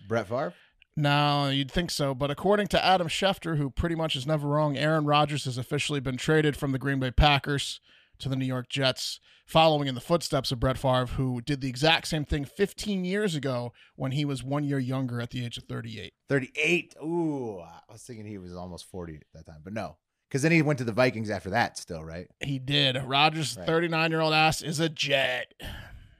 Brett Favre. No, you'd think so, but according to Adam Schefter, who pretty much is never wrong, Aaron Rodgers has officially been traded from the Green Bay Packers to the New York Jets, following in the footsteps of Brett Favre, who did the exact same thing 15 years ago when he was one year younger at the age of 38. 38. Ooh, I was thinking he was almost 40 at that time, but no. Because then he went to the Vikings after that, still, right? He did. Rodgers' Right. 39 year old ass is a Jet.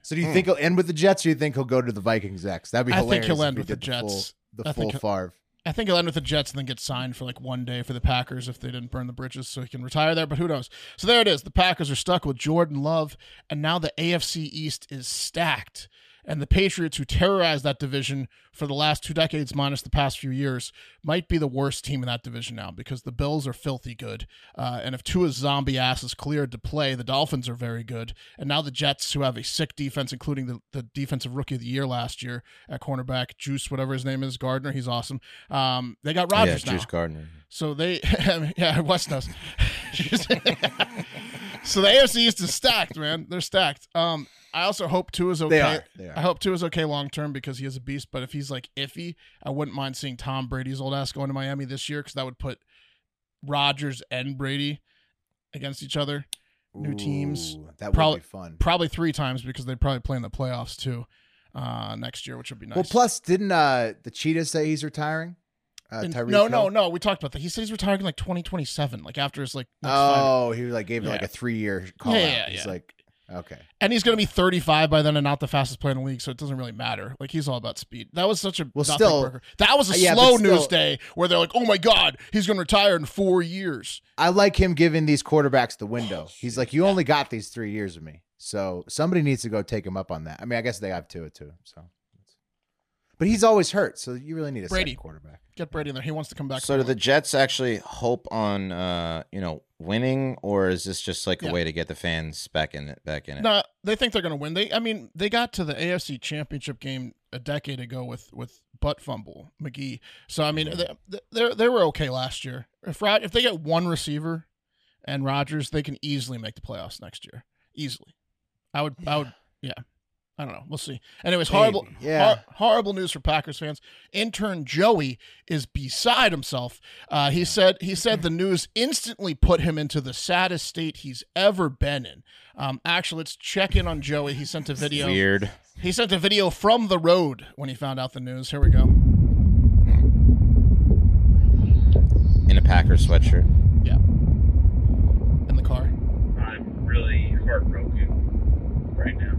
So do you think he'll end with the Jets or you think he'll go to the Vikings next? That'd be I think hilarious. he'll if end we with the did full- Jets. The I full think he'll- Favre. I think he'll end with the Jets and then get signed for like one day for the Packers if they didn't burn the bridges so he can retire there, but who knows. So there it is. The Packers are stuck with Jordan Love, and now the AFC East is stacked. And the Patriots, who terrorized that division for the last two decades, minus the past few years, might be the worst team in that division now because the Bills are filthy good. Uh, and if Tua's zombie ass is cleared to play, the Dolphins are very good. And now the Jets, who have a sick defense, including the, the defensive rookie of the year last year at cornerback, Juice, whatever his name is, Gardner, he's awesome. Um, they got Rodgers yeah, now. Juice Gardner. So they, yeah, West knows. so the AFC East is stacked, man. They're stacked. Um, I also hope two is okay. are. They are. I hope two is okay long term because he is a beast. But if he's like iffy, I wouldn't mind seeing Tom Brady's old ass going to Miami this year because that would put Rodgers and Brady against each other new teams. Ooh, that Probably- would be fun. probably three times because they'd probably play in the playoffs too uh, next year, which would be nice. Well, plus, didn't uh, the Cheetahs say he's retiring? Uh, And- Tyreek no, Hill? no, no. We talked about that. He said he's retiring in like twenty twenty seven, like after his like next five Oh, he like gave it like Yeah. a three year call Yeah, out. yeah, He's yeah. like, okay. and he's going to be 35 by then and not the fastest player in the league so it doesn't really matter like he's all about speed that was such a Well, nothing still- burger. that was Uh, a yeah, but slow still- news day where they're like oh my god he's going to retire in four years I like him giving these quarterbacks the window. Oh, He's like, you only got these three years of me, so somebody needs to go take him up on that. I mean, I guess they have Tua too. So, but he's always hurt, so you really need a Brady. second quarterback. get brady in there he wants to come back So do the Jets actually hope on uh, you know winning, or is this just like Yeah. a way to get the fans back in it? Back in it. no they think they're going to win they i mean they got to the afc championship game a decade ago with with butt fumble mcgee so i mean they they, they were okay last year if Rod, if they get one receiver and Rodgers, they can easily make the playoffs next year easily i would i would yeah I don't know. We'll see. Anyways, horrible, Maybe. Yeah. hor- horrible news for Packers fans. Intern Joey is beside himself. Uh, he said he said the news instantly put him into the saddest state he's ever been in. Um, actually, let's check in on Joey. He sent a video. Weird. He sent a video from the road when he found out the news. Here we go. In a Packers sweatshirt. Yeah, in the car. I'm really heartbroken right now.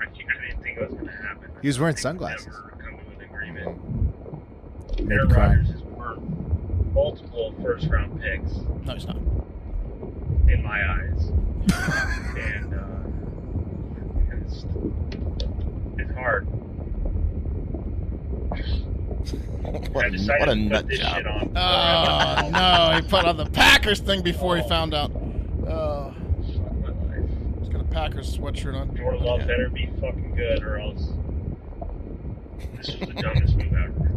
I, can't- I didn't think it was going to happen. He was wearing I think we'll sunglasses. Never come to an agreement. Aaron Rodgers is worth multiple first-round picks No, he's not. in my eyes, and uh, it's, it's hard. What I a, decided what a to put nut this job. Ah. shit on. Oh no, he put on the Packers thing before he found out. Oh, Fuck my life. he's got a Packers sweatshirt on. Jordan Love better be fucking good, or else this is the dumbest move ever.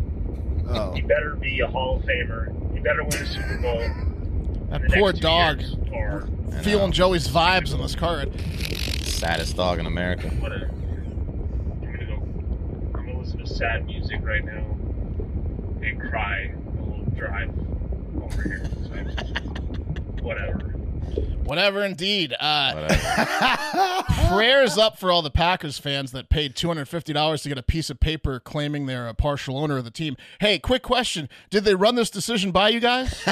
Oh, He better be a Hall of Famer. He better win a Super Bowl. in That the poor next two dog. years, Or I know. feeling Joey's vibes in this car. saddest dog in America. what a. I'm gonna go. I'm gonna listen to sad music right now and cry a little drive over here. So, whatever. Whatever, indeed. Uh, Whatever. prayers up for all the Packers fans that paid two hundred fifty dollars to get a piece of paper claiming they're a partial owner of the team. Hey, quick question: Did they run this decision by you guys?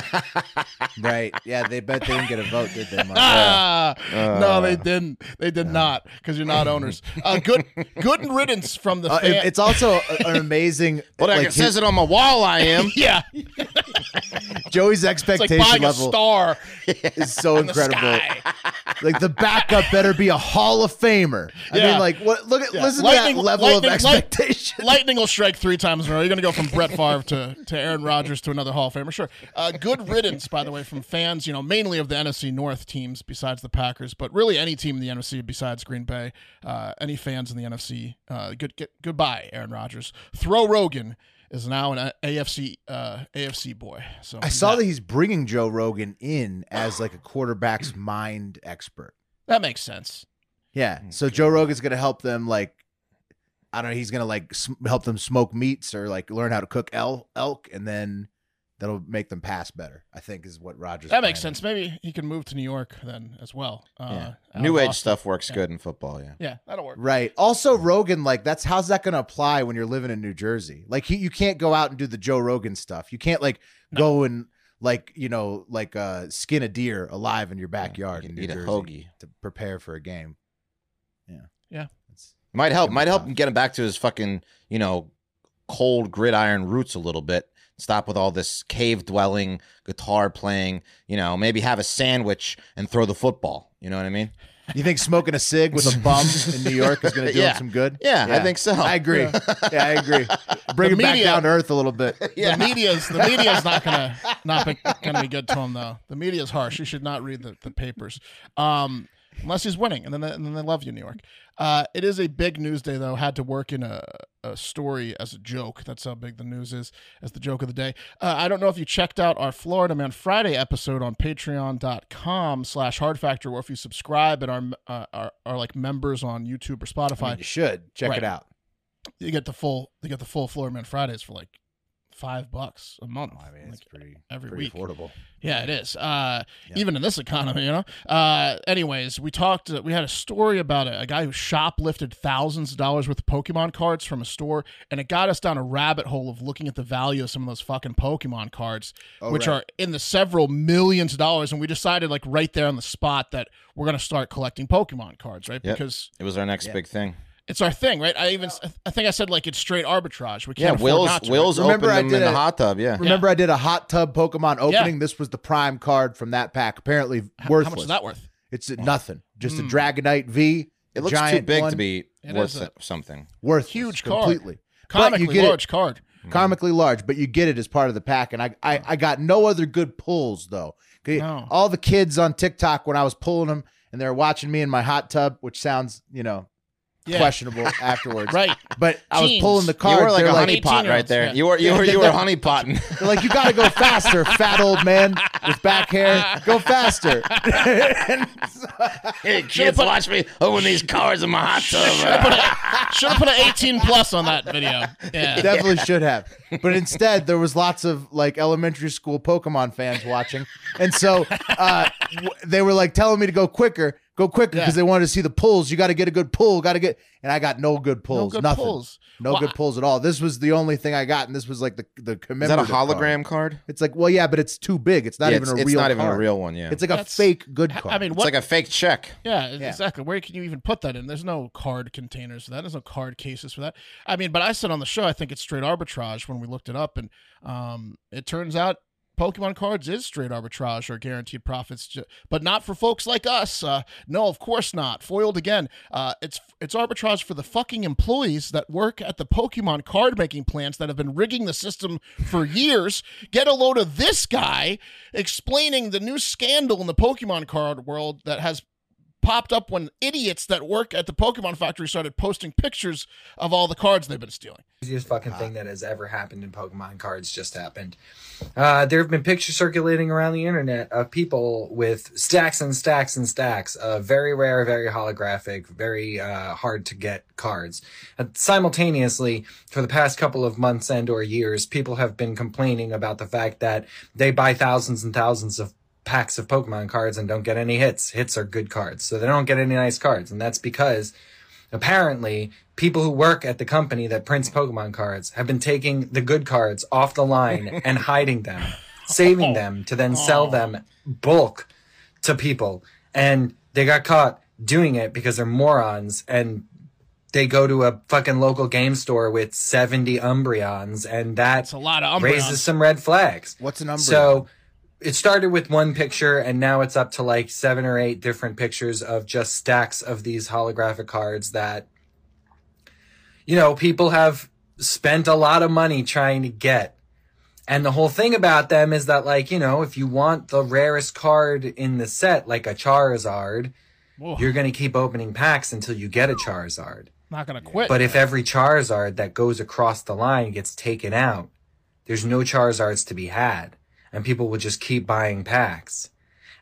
right. Yeah, they bet they didn't get a vote, did they? Mike? Ah, no, Uh, they didn't. They did not, because you're not owners. Uh, good, good riddance from the Uh, fan- it- it's also a- an amazing. Well, like, like, it says it on my wall. I am. yeah, Joey's It's like expectation buying a level star is so in the incredible. sky. Like the backup better be a Hall of Famer. I Yeah. mean, like what? Look at Yeah. listen to that Lightning- level lightning- of light- expectation. Lightning will strike three times in a row. You're going to go from Brett Favre to, to Aaron Rodgers to another Hall of Famer. Sure. Uh, good riddance, by the way, from fans, you know, mainly of the NFC North teams besides the Packers, but really any team in the NFC besides Green Bay, uh, any fans in the NFC. Uh, good, get, goodbye, Aaron Rodgers. Throw Rogan is now an A- AFC uh, AFC boy. So I saw that he's bringing Joe Rogan in as like a quarterback's mind expert. that makes sense. Yeah. So Joe Rogan's going to help them like I don't know, he's going to like sm- help them smoke meats or like learn how to cook el- elk and then that'll make them pass better. I think is what Rogers That makes planning. sense. Maybe he can move to New York then as well. Uh, yeah. New Oh, out of age Austin. stuff works Yeah. good in football. Yeah. Yeah, that'll work. Right. Also Rogan like that's how's that going to apply when you're living in New Jersey? Like he, you can't go out and do the Joe Rogan stuff. You can't like go and like, you know, like uh skin a deer alive in your backyard You in can New eat a Jersey hoagie. to prepare for a game. Yeah. Yeah. It's- Might help. Give him Might help time. him get him back to his fucking, you know, cold gridiron roots a little bit. Stop with all this cave dwelling, guitar playing. You know, maybe have a sandwich and throw the football. You know what I mean? You think smoking a cig with a bum in New York is going to do him Yeah. some good? Yeah, I think so. I agree. Yeah, I agree. Bring The him back media- down to earth a little bit. Yeah. The media's the media's not gonna not be, gonna be good to him though. The media's harsh. You should not read the, the papers, um, unless he's winning, and then they, and then they love you, New York. Uh, it is a big news day though. Had to work in a, a story as a joke. That's how big the news is as the joke of the day. Uh, I don't know if you checked out our Florida Man Friday episode on Patreon.com/slash Hard Factor, or if you subscribe and are uh, are are like members on YouTube or Spotify I mean, you should check Right. it out. you get the full you get the full Florida Man Fridays for like five bucks a month. I mean, it's Like, pretty every pretty week. affordable. yeah, it is. Uh, Even in this economy, you know. Uh, anyways, we talked. Uh, we had a story about a, a guy who shoplifted thousands of dollars worth of Pokemon cards from a store, and it got us down a rabbit hole of looking at the value of some of those fucking Pokemon cards, which Oh, right. are in the several millions of dollars. And we decided, like right there on the spot, that we're gonna start collecting Pokemon cards, right? Yep. Because It was our next big thing. it's our thing, right? I even I think I said like it's straight arbitrage. We Yeah, can't afford Will's not to, right? Will's Remember I opened them did in the a- hot tub. Yeah. Remember, I did a hot tub Pokemon Yeah. opening. This was the prime card from that pack. Apparently How much worthless. is that Oh. Hmm. worth? It's nothing. Just a Dragonite V. It looks too giant big one, to be It worth is a- something. worthless. Huge card. completely. But you Comically get it- large card. Hmm. comically large, but you get it as part of the pack. And I, I, I got no other good pulls though. 'Kay, No. All the kids on TikTok when I was pulling them and they're watching me in my hot tub, which sounds you know Yeah. questionable afterwards. Right. But I was Teens. pulling the You You cards. were like they're, a like, honey pot 18-year-olds, right there. yeah. You were you were you were honey potting. they're like, you got to go faster, fat old man with back hair. Go faster. hey kids, watch me open these cars in my hot tub. uh. Should have put an 18 plus on that video. Yeah. Definitely should have. But instead, there was lots of like elementary school Pokemon fans watching, and so uh, w- they were like telling me to go quicker, go quicker, because Yeah. they wanted to see the pulls. You got to get a good pull, got to get, and I got no good pulls, good nothing, pulls. no Well, good I- pulls at all. This was the only thing I got, and this was like the the Is that a commemorative card. hologram card? It's like, well, yeah, but it's too big. It's not Yeah, even it's, a it's real. not even a card. real one. Yeah, it's, It's like a That's- fake good card. I mean, what? like a fake check. yeah, e-, Yeah. exactly. Where can you even put that in? There's no card containers for that. There's no card cases for that. I mean, but I said on the show, I think it's straight arbitrage when we looked it up, and um, it turns out Pokemon cards is straight arbitrage or guaranteed profits, ju- but not for folks like us. Uh, no, of course not. Foiled again. Uh, it's it's arbitrage for the fucking employees that work at the Pokemon card making plants that have been rigging the system for years. Get a load of this guy explaining the new scandal in the Pokemon card world that has popped up when idiots that work at the Pokemon factory started posting pictures of all the cards they've been stealing. craziest fucking thing that has ever happened in Pokemon cards just happened. Uh, there have been pictures circulating around the internet of people with stacks and stacks and stacks of very rare, very holographic, very uh, hard to get cards. And simultaneously, for the past couple of months and or years, people have been complaining about the fact that they buy thousands and thousands of packs of Pokemon cards and don't get any hits. Hits are good cards, so they don't get any nice cards, and that's because apparently people who work at the company that prints pokemon cards have been taking the good cards off the line and hiding them saving them to then sell them bulk to people and they got caught doing it because they're morons and they go to a fucking local game store with 70 umbreons and that It's a lot of Umbreons. raises some red flags What's an Umbreon? so it started with one picture and now it's up to like seven or eight different pictures of just stacks of these holographic cards that you know people have spent a lot of money trying to get and the whole thing about them is that like you know if you want the rarest card in the set like a charizard Whoa, you're going to keep opening packs until you get a charizard not gonna quit. but if every Charizard that goes across the line gets taken out, there's no Charizards to be had, and people will just keep buying packs.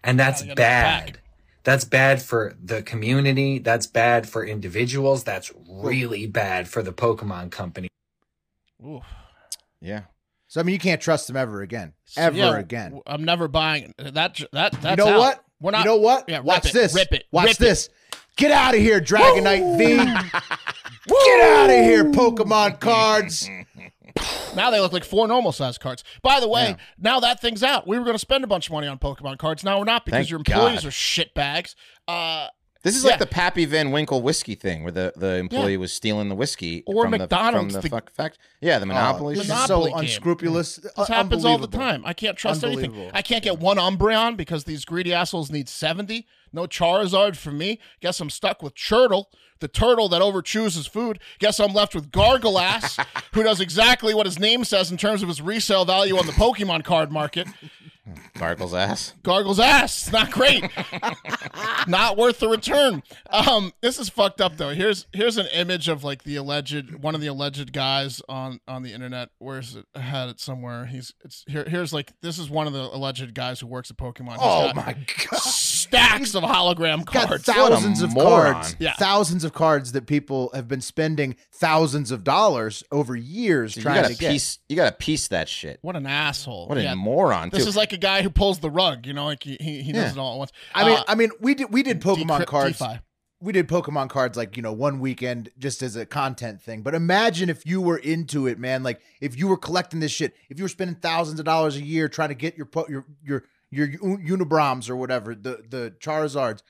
And that's you gotta bad. pack. That's bad for the community. That's bad for individuals. That's really bad for the Pokemon company. Ooh. Yeah. So I mean, you can't trust them ever again, So, ever yeah, again. w- I'm never buying that. j- That that's You know out. what? We're not. You know what? Yeah, rip Watch it, this. Rip it. Watch rip it. this. Get out of here, Dragonite V. Get out of here, Pokemon cards. Now they look like four normal size cards. By the way, now that thing's out. We were going to spend a bunch of money on Pokemon cards. Now we're not because Thank your employees God. are shit bags. Uh, This is Yeah. like the Pappy Van Winkle whiskey thing, where the, the employee was stealing the whiskey Or from McDonald's, The, the- from the fuck fact. Yeah, the Oh, monopoly. this shit. is Monopoly so game. unscrupulous. this happens all the Unbelievable. time. I can't trust anything. Unbelievable. I can't get one Umbreon because these greedy assholes need 70. No Charizard for me. Guess I'm stuck with Churtle, the turtle that overchews his food. Guess I'm left with Gargalass, who does exactly what his name says in terms of his resale value on the Pokemon card market. Gargle's ass. Gargle's ass. It's not great. not worth the return. Um, this is fucked up though. Here's here's an image of like the alleged one of the alleged guys on on the internet. Where's it? I had it somewhere. He's it's here. Here's like this is one of the alleged guys who works at Pokemon. He's Oh got my god. Stacks of hologram Got cards. thousands What a of moron. cards, Yeah. thousands of cards that people have been spending thousands of dollars over years You trying gotta to get. piece. You gotta piece that shit. what an asshole. What a Yeah. moron. This too. is like a guy who pulls the rug, you know, like he, he, he Yeah. does it all at once. I mean, Uh, I mean, we did we did Pokemon decrypt cards. DeFi. We did Pokemon cards like you know one weekend just as a content thing. But imagine if you were into it, man. Like if you were collecting this shit, if you were spending thousands of dollars a year trying to get your po- your your your Un- Unibroms or whatever the the Charizards.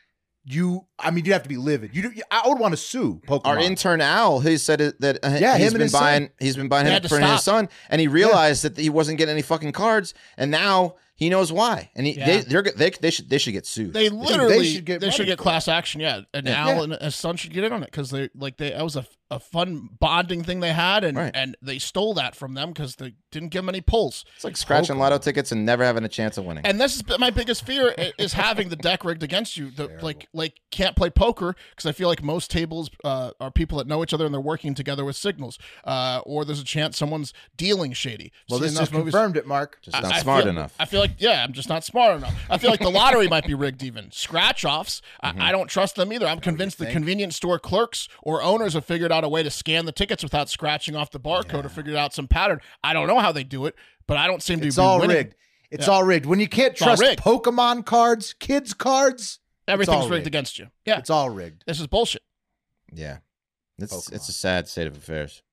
You, I mean, you'd have to be livid. You, do, I would want to sue Pokemon. Our intern Al, he said it- that uh, Yeah, him he's and been his son. buying he's been buying They him had to for his stop. son, and he realized that he wasn't getting any fucking cards, and now he knows why. And he, they, Yeah. they're, they they should they should get sued. They literally they should should get get, money for class action. Yeah, and Yeah. Al and his son should get in on it because they like they that was a, a fun bonding thing they had, and Right. and they stole that from them because they didn't give them any pulls. it's like scratching lotto tickets and never having a chance of winning. And this is my biggest fear i- is having the deck rigged against you. The, like like can't play poker because I feel like most tables uh, are people that know each other and they're working together with signals, uh, or there's a chance someone's dealing shady. well, Seen this enough just confirmed it, Mark. Just not I- I smart feel- enough. I feel like yeah, I'm just not smart enough. I feel like the lottery might be rigged. Even scratch offs, Mm-hmm. I, I don't trust them either. I'm convinced the convenience store clerks or owners have figured out a way to scan the tickets without scratching off the barcode or figured out some pattern. I don't know how they do it, but I don't seem to It's be all winning. rigged. It's all rigged. When you can't all trust rigged. Pokemon cards, kids cards, Everything's all rigged rigged. against you. Yeah, it's all rigged. this is bullshit. yeah, it's it's Pokemon. a sad state of affairs.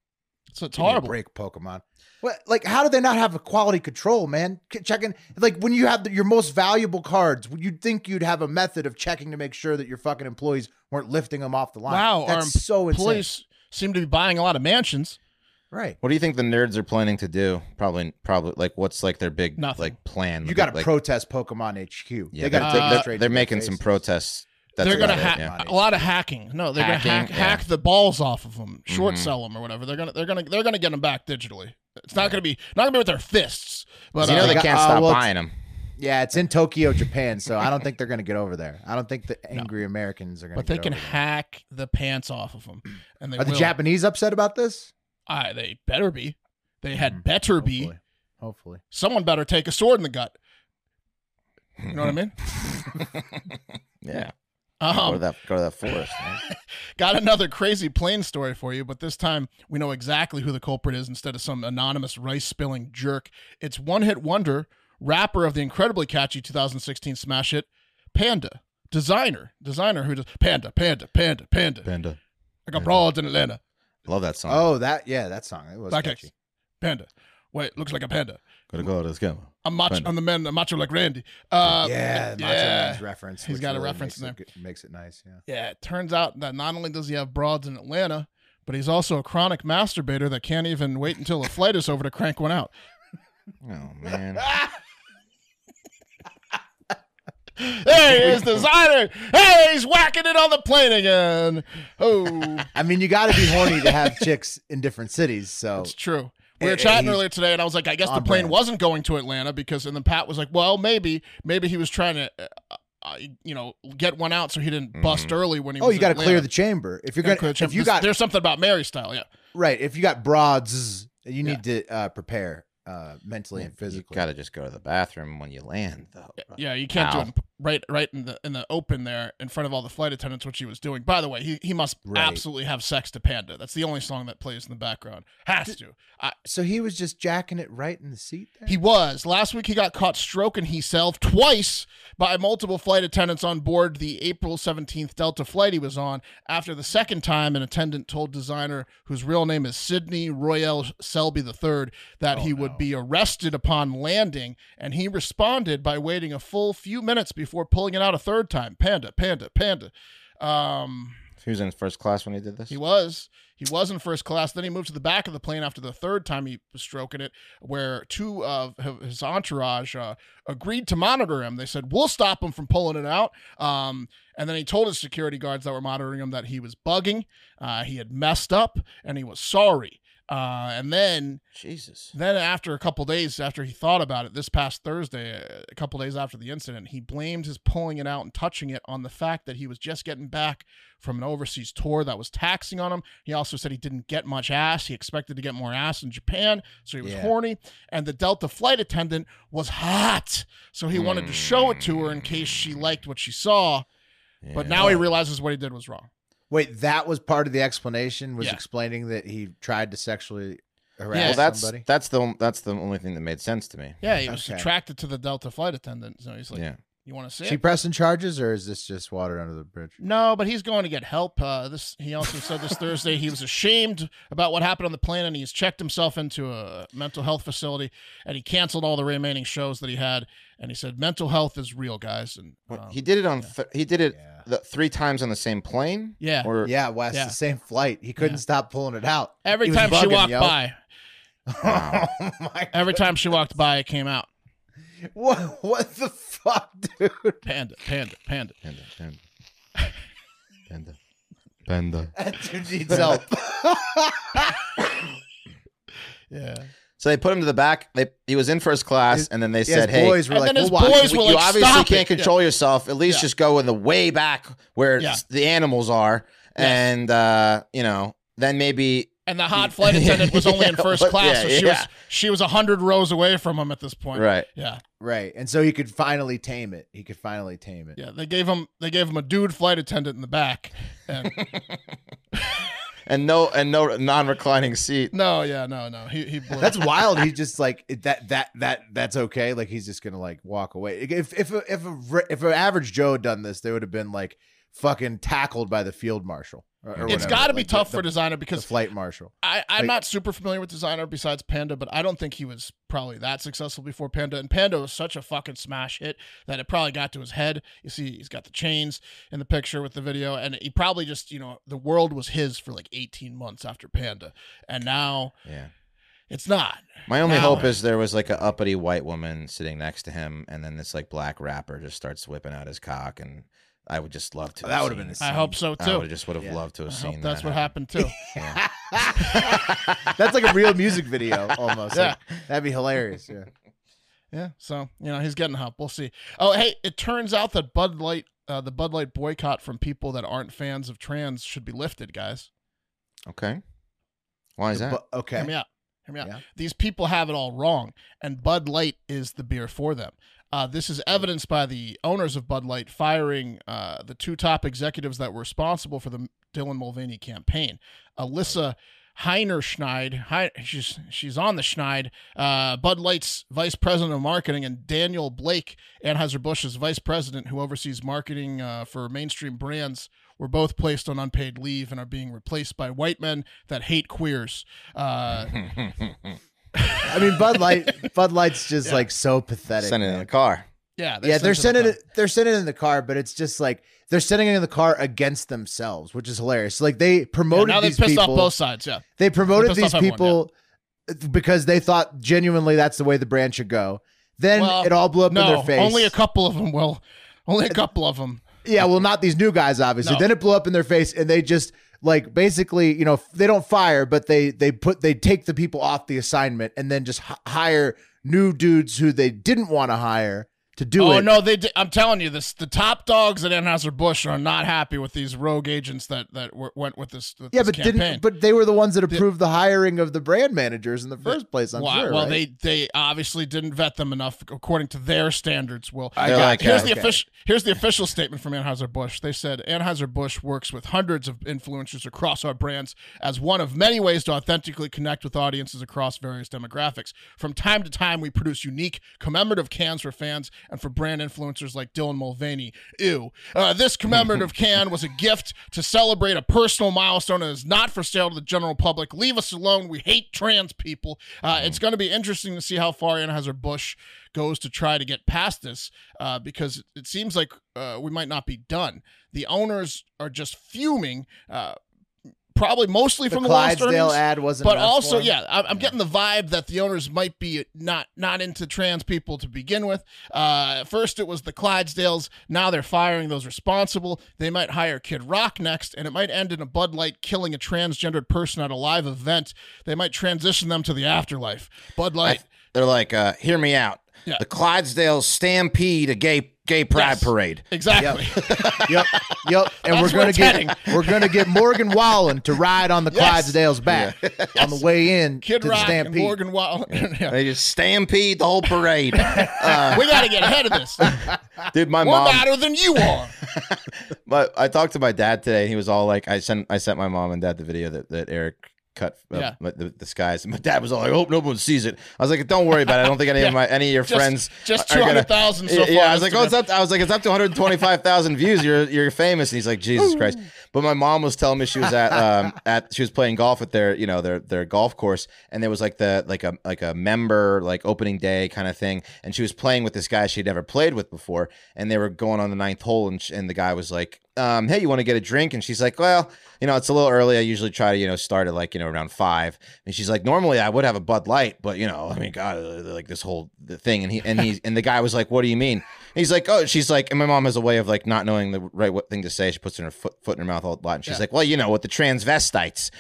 It's, it's Give me a horrible. break Pokemon. What like how do they not have a quality control, man? K- Checking like when you have the, your most valuable cards, you'd think you'd have a method of checking to make sure that your fucking employees weren't lifting them off the line. Wow, our that's so insane. Police seem to be buying a lot of mansions. Right. What do you think the nerds are planning to do? Probably probably like what's like their big Nothing. like plan? You got to like, protest Pokemon HQ. Yeah, they they're, got take they're- that they're- straight to they're their making some faces. protests. That's they're gonna uh, about hack it, yeah. yeah. a lot of hacking. No, they're gonna hack Hacking, yeah. hack the balls off of them, short Mhm. sell them or whatever. They're gonna they're gonna they're gonna get them back digitally. It's not gonna be not gonna be with their fists, but you uh, know they got- can't uh, stop well, it's- buying them. Yeah, it's in Tokyo, Japan, so I don't think they're going to get over there. I don't think the angry Americans are going to but they can hack the pants off of them, and they Are the will. Japanese upset about this? Ah, they better be. They Mm-hmm. had better be. Hopefully. Hopefully. Someone better take a sword in the gut. You know what I mean? Yeah, go to Um, that go to that forest. man. got another crazy plane story for you, but this time we know exactly who the culprit is instead of some anonymous rice spilling jerk. It's one hit wonder, rapper of the incredibly catchy 2016 smash hit, Panda. Designer, designer who does Panda, Panda, Panda, Panda. Panda. I got broads in Atlanta. Love that song. Oh, that yeah, that song. It was Black catchy. X. Panda. Wait, looks like a panda. Gotta go to this game. I'm macho. Panda. I'm the man. I'm macho like Randy. Uh, yeah, the Macho yeah. Man's reference. He's which got a really reference makes in it good- makes it nice. Yeah. Yeah, it turns out that not only does he have broads in Atlanta, but he's also a chronic masturbator that can't even Oh, wait until the flight is over to crank one out. Oh man. There he is, designer. Hey, he's whacking it on the plane again. Oh, I mean, you got to be horny to have chicks in different cities. So it's true. We Eh, were eh, chatting he's earlier today, and I was like, I guess the on plane brand. wasn't going to Atlanta because, and then Pat was like, well, maybe, maybe he was trying to, uh, uh, you know, get one out so he didn't bust early when he. oh, was you in got to clear Atlanta. the chamber if you're Gotta gonna clear the if chip. you There's- got there's something about Mary style, yeah. right if you got broads, you Yeah. need to uh, prepare uh, mentally and physically. You gotta just go to the bathroom when you land, though. Yeah, you can't do Ow. it in- right right in the in the open there in front of all the flight attendants, which he was doing. By the way, he, he must Right. absolutely have sex to Panda. That's the only song that plays in the background. Has to. I, So he was just jacking it right in the seat. There? he was last week. He got caught stroking himself twice by multiple flight attendants on board the April seventeenth Delta flight he was on. After the second time, an attendant told designer, whose real name is Sidney Royale Selby III, that he would be arrested upon landing, and he responded by waiting a full few minutes before pulling it out a third time. Panda, panda, panda. Um, He was in first class when he did this. he was. He was in first class. Then he moved to the back of the plane after the third time he was stroking it, where two of h- his entourage uh, agreed to monitor him. They said, We'll stop him from pulling it out. Um, and then he told his security guards that were monitoring him that he was bugging, uh, he had messed up, and he was sorry. Uh, and then Jesus. then after a couple days after he thought about it this past thursday a couple days after the incident he blamed his pulling it out and touching it on the fact that he was just getting back from an overseas tour that was taxing on him he also said he didn't get much ass he expected to get more ass in japan so he was Yeah. horny and the delta flight attendant was hot so he wanted to show it to her in case she liked what she saw but Yeah. now he realizes what he did was wrong Wait, that was part of the explanation. Was Yeah. explaining that he tried to sexually harass Yeah. Well, that's somebody. that's the that's the only thing that made sense to me. yeah he was Okay. attracted to the delta flight attendant so he's like yeah. you want to see Is it? he pressing charges, or is this just water under the bridge? No, but he's going to get help. Uh, this he also said this Thursday he was ashamed about what happened on the plane, and he's checked himself into a mental health facility, and he canceled all the remaining shows that he had. And he said, "Mental health is real, guys." And What- um, he did it on th- he did it Yeah. the, three times on the same plane. Yeah. Or Yeah, Wes, Yeah. the same flight. He couldn't Yeah. stop pulling it out. every He was time she bugging, walked yo. by, Wow. Oh my! every time she walked by, it came out. What? What the fuck, dude? Panda, panda, panda. Panda, panda, panda, panda. That dude needs help. Yeah. So they put him to the back. They he was in first class, His- and then they His said, "Hey, boys were and like, then his "We'll watch boys you." were you like, obviously "Stop can't it." Yeah. control yourself. At least Yeah. just go in the way back where Yeah. s- the animals are, and uh, you know, then maybe And the hot flight attendant was only in Yeah, first what- class, yeah, so she yeah. was she was hundred rows away from him at this point. right." Yeah. Right, and so he could finally tame it. He could finally tame it. Yeah. They gave him they gave him a dude flight attendant in the back, and and no and no non-reclining seat. No, yeah, no, no. He he blew. That's wild. He just like it- that that that that's okay. Like he's just gonna like walk away. If if a, if a, re- if an average Joe had done this, they would have been like fucking tackled by the field marshal. Or, or it's whatever, got to be like, tough the, for designer the, the because flight marshal. I I'm like- not super familiar with designer besides Panda, but I don't think he was probably that successful before Panda. And Panda was such a fucking smash hit that it probably got to his head. You see, he's got the chains in the picture with the video, and he probably just you know the world was his for like 18 months after Panda, and now Yeah. it's not. My only Now- hope is there was like a uppity white woman sitting next to him, and then this like black rapper just starts whipping out his cock, and I would just love to. Oh, that would've been a I I, scene. hope so I would too. just would have Yeah. loved to I have seen hope that. that's what happened too. that's like a real music video almost. Yeah. Like, that'd be hilarious. Yeah. Yeah, so you know he's getting help. We'll see. Oh, hey, it turns out that Bud Light, uh, the Bud Light boycott from people that aren't fans of trans, should be lifted, guys. Okay. Why is that? But- okay. Hear me out. Hear me out. Yeah. These people have it all wrong, and Bud Light is the beer for them. Uh, this is evidenced by the owners of Bud Light firing uh, the two top executives that were responsible for the Dylan Mulvaney campaign. Alyssa Heiner Schneid, Hi- she's she's on the Schneid, uh, Bud Light's vice president of marketing, and Daniel Blake, Anheuser Busch's vice president, who oversees marketing uh, for mainstream brands, were both placed on unpaid leave and are being replaced by white men that hate queers. Uh, I mean, Bud Light. Bud Light's just like so pathetic. Send it in man. the car. yeah, yeah, they're sending to the- it. They're sending it in the car, but it's just like they're sending it in the car against themselves, which is hilarious. Like they Yeah, promoted now they these pissed off people. both sides. Yeah, They promoted They these pissed off everyone, people uh, because they thought genuinely that's the way the brand should go. Then Well, it all blew up in no, their face. only a couple of them will Only a couple of them. Yeah, well, not these new guys, obviously. No. Then it blew up in their face, and they just like basically, you know, f- they don't fire, but they they put they take the people off the assignment, and then just h- hire new dudes who they didn't want to hire to do Oh it. no, they. Did, I'm telling you, this the top dogs at Anheuser Busch are not happy with these rogue agents that that w- went with this. With yeah, this but campaign. didn't but they were the ones that approved the hiring of the brand managers in the first place. I'm Why- sure. well, right? they they obviously didn't vet them enough according to their standards. Will I They're got like, you. here's the okay. official here's the official statement from Anheuser Busch. They said Anheuser Busch works with hundreds of influencers across our brands as one of many ways to authentically connect with audiences across various demographics. From time to time, we produce unique commemorative cans for fans and for brand influencers like Dylan Mulvaney. Ew. Uh, this commemorative can was a gift to celebrate a personal milestone and is not for sale to the general public. Leave us alone. We hate trans people. Uh, Mm. It's going to be interesting to see how far Anheuser Busch goes to try to get past this uh, because it seems like uh, we might not be done. The owners are just fuming, uh, probably mostly the from the last Clydesdale earnings. ad wasn't. But enough also, for 'em. yeah, I- I'm getting the vibe that the owners might be not not into trans people to begin with. Uh, at first, it was the Clydesdales. Now they're firing those responsible. They might hire Kid Rock next, and it might end in a Bud Light killing a transgendered person at a live event. They might transition them to the afterlife. Bud Light. They're like, uh, hear me out. Yeah. The Clydesdale stampede a gay gay pride Yes. parade. Exactly. yep, yep. And we're That's where gonna it's get heading. we're gonna get Morgan Wallen to ride on the Yes. Clydesdale's back on the way in Kid to the Rock and Stampede. Morgan Wallen. Yeah. They just stampede the whole parade. uh, We got to get ahead of this. dude, my We're mom. madder than you are. But I talked to my dad today, and he was all like, "I sent I sent my mom and dad the video that, that Eric cut uh, Yeah. my- the, the skies." And my dad was all like, "I hope no one sees it." I was like, "Don't worry about it. I don't think any of my any of your Just- friends just are gonna- 200,000 so Yeah, far I was like, "Oh, Instagram." it's up." I was like, "It's up to 125,000 views. You're you're famous." And he's like, "Jesus Christ!" But my mom was telling me she was at um at she was playing golf at their you know their their golf course, and there was like the like a like a member like opening day kind of thing, and she was playing with this guy she'd never played with before, and they were going on the ninth hole, and sh- and the guy was like, um, hey, you want to get a drink? And she's like, well, you know, it's a little early. I usually try to, you know, start at like, you know, around five. And she's like, normally I would have a Bud Light, but you know, I mean, God, uh, like this whole the thing. And he, and he, and the guy was like, what do you mean? And he's like, oh, she's like, and my mom has a way of like not knowing the right what thing to say. She puts in her foot, foot in her mouth a lot. And she's like, well, you know, with the transvestites.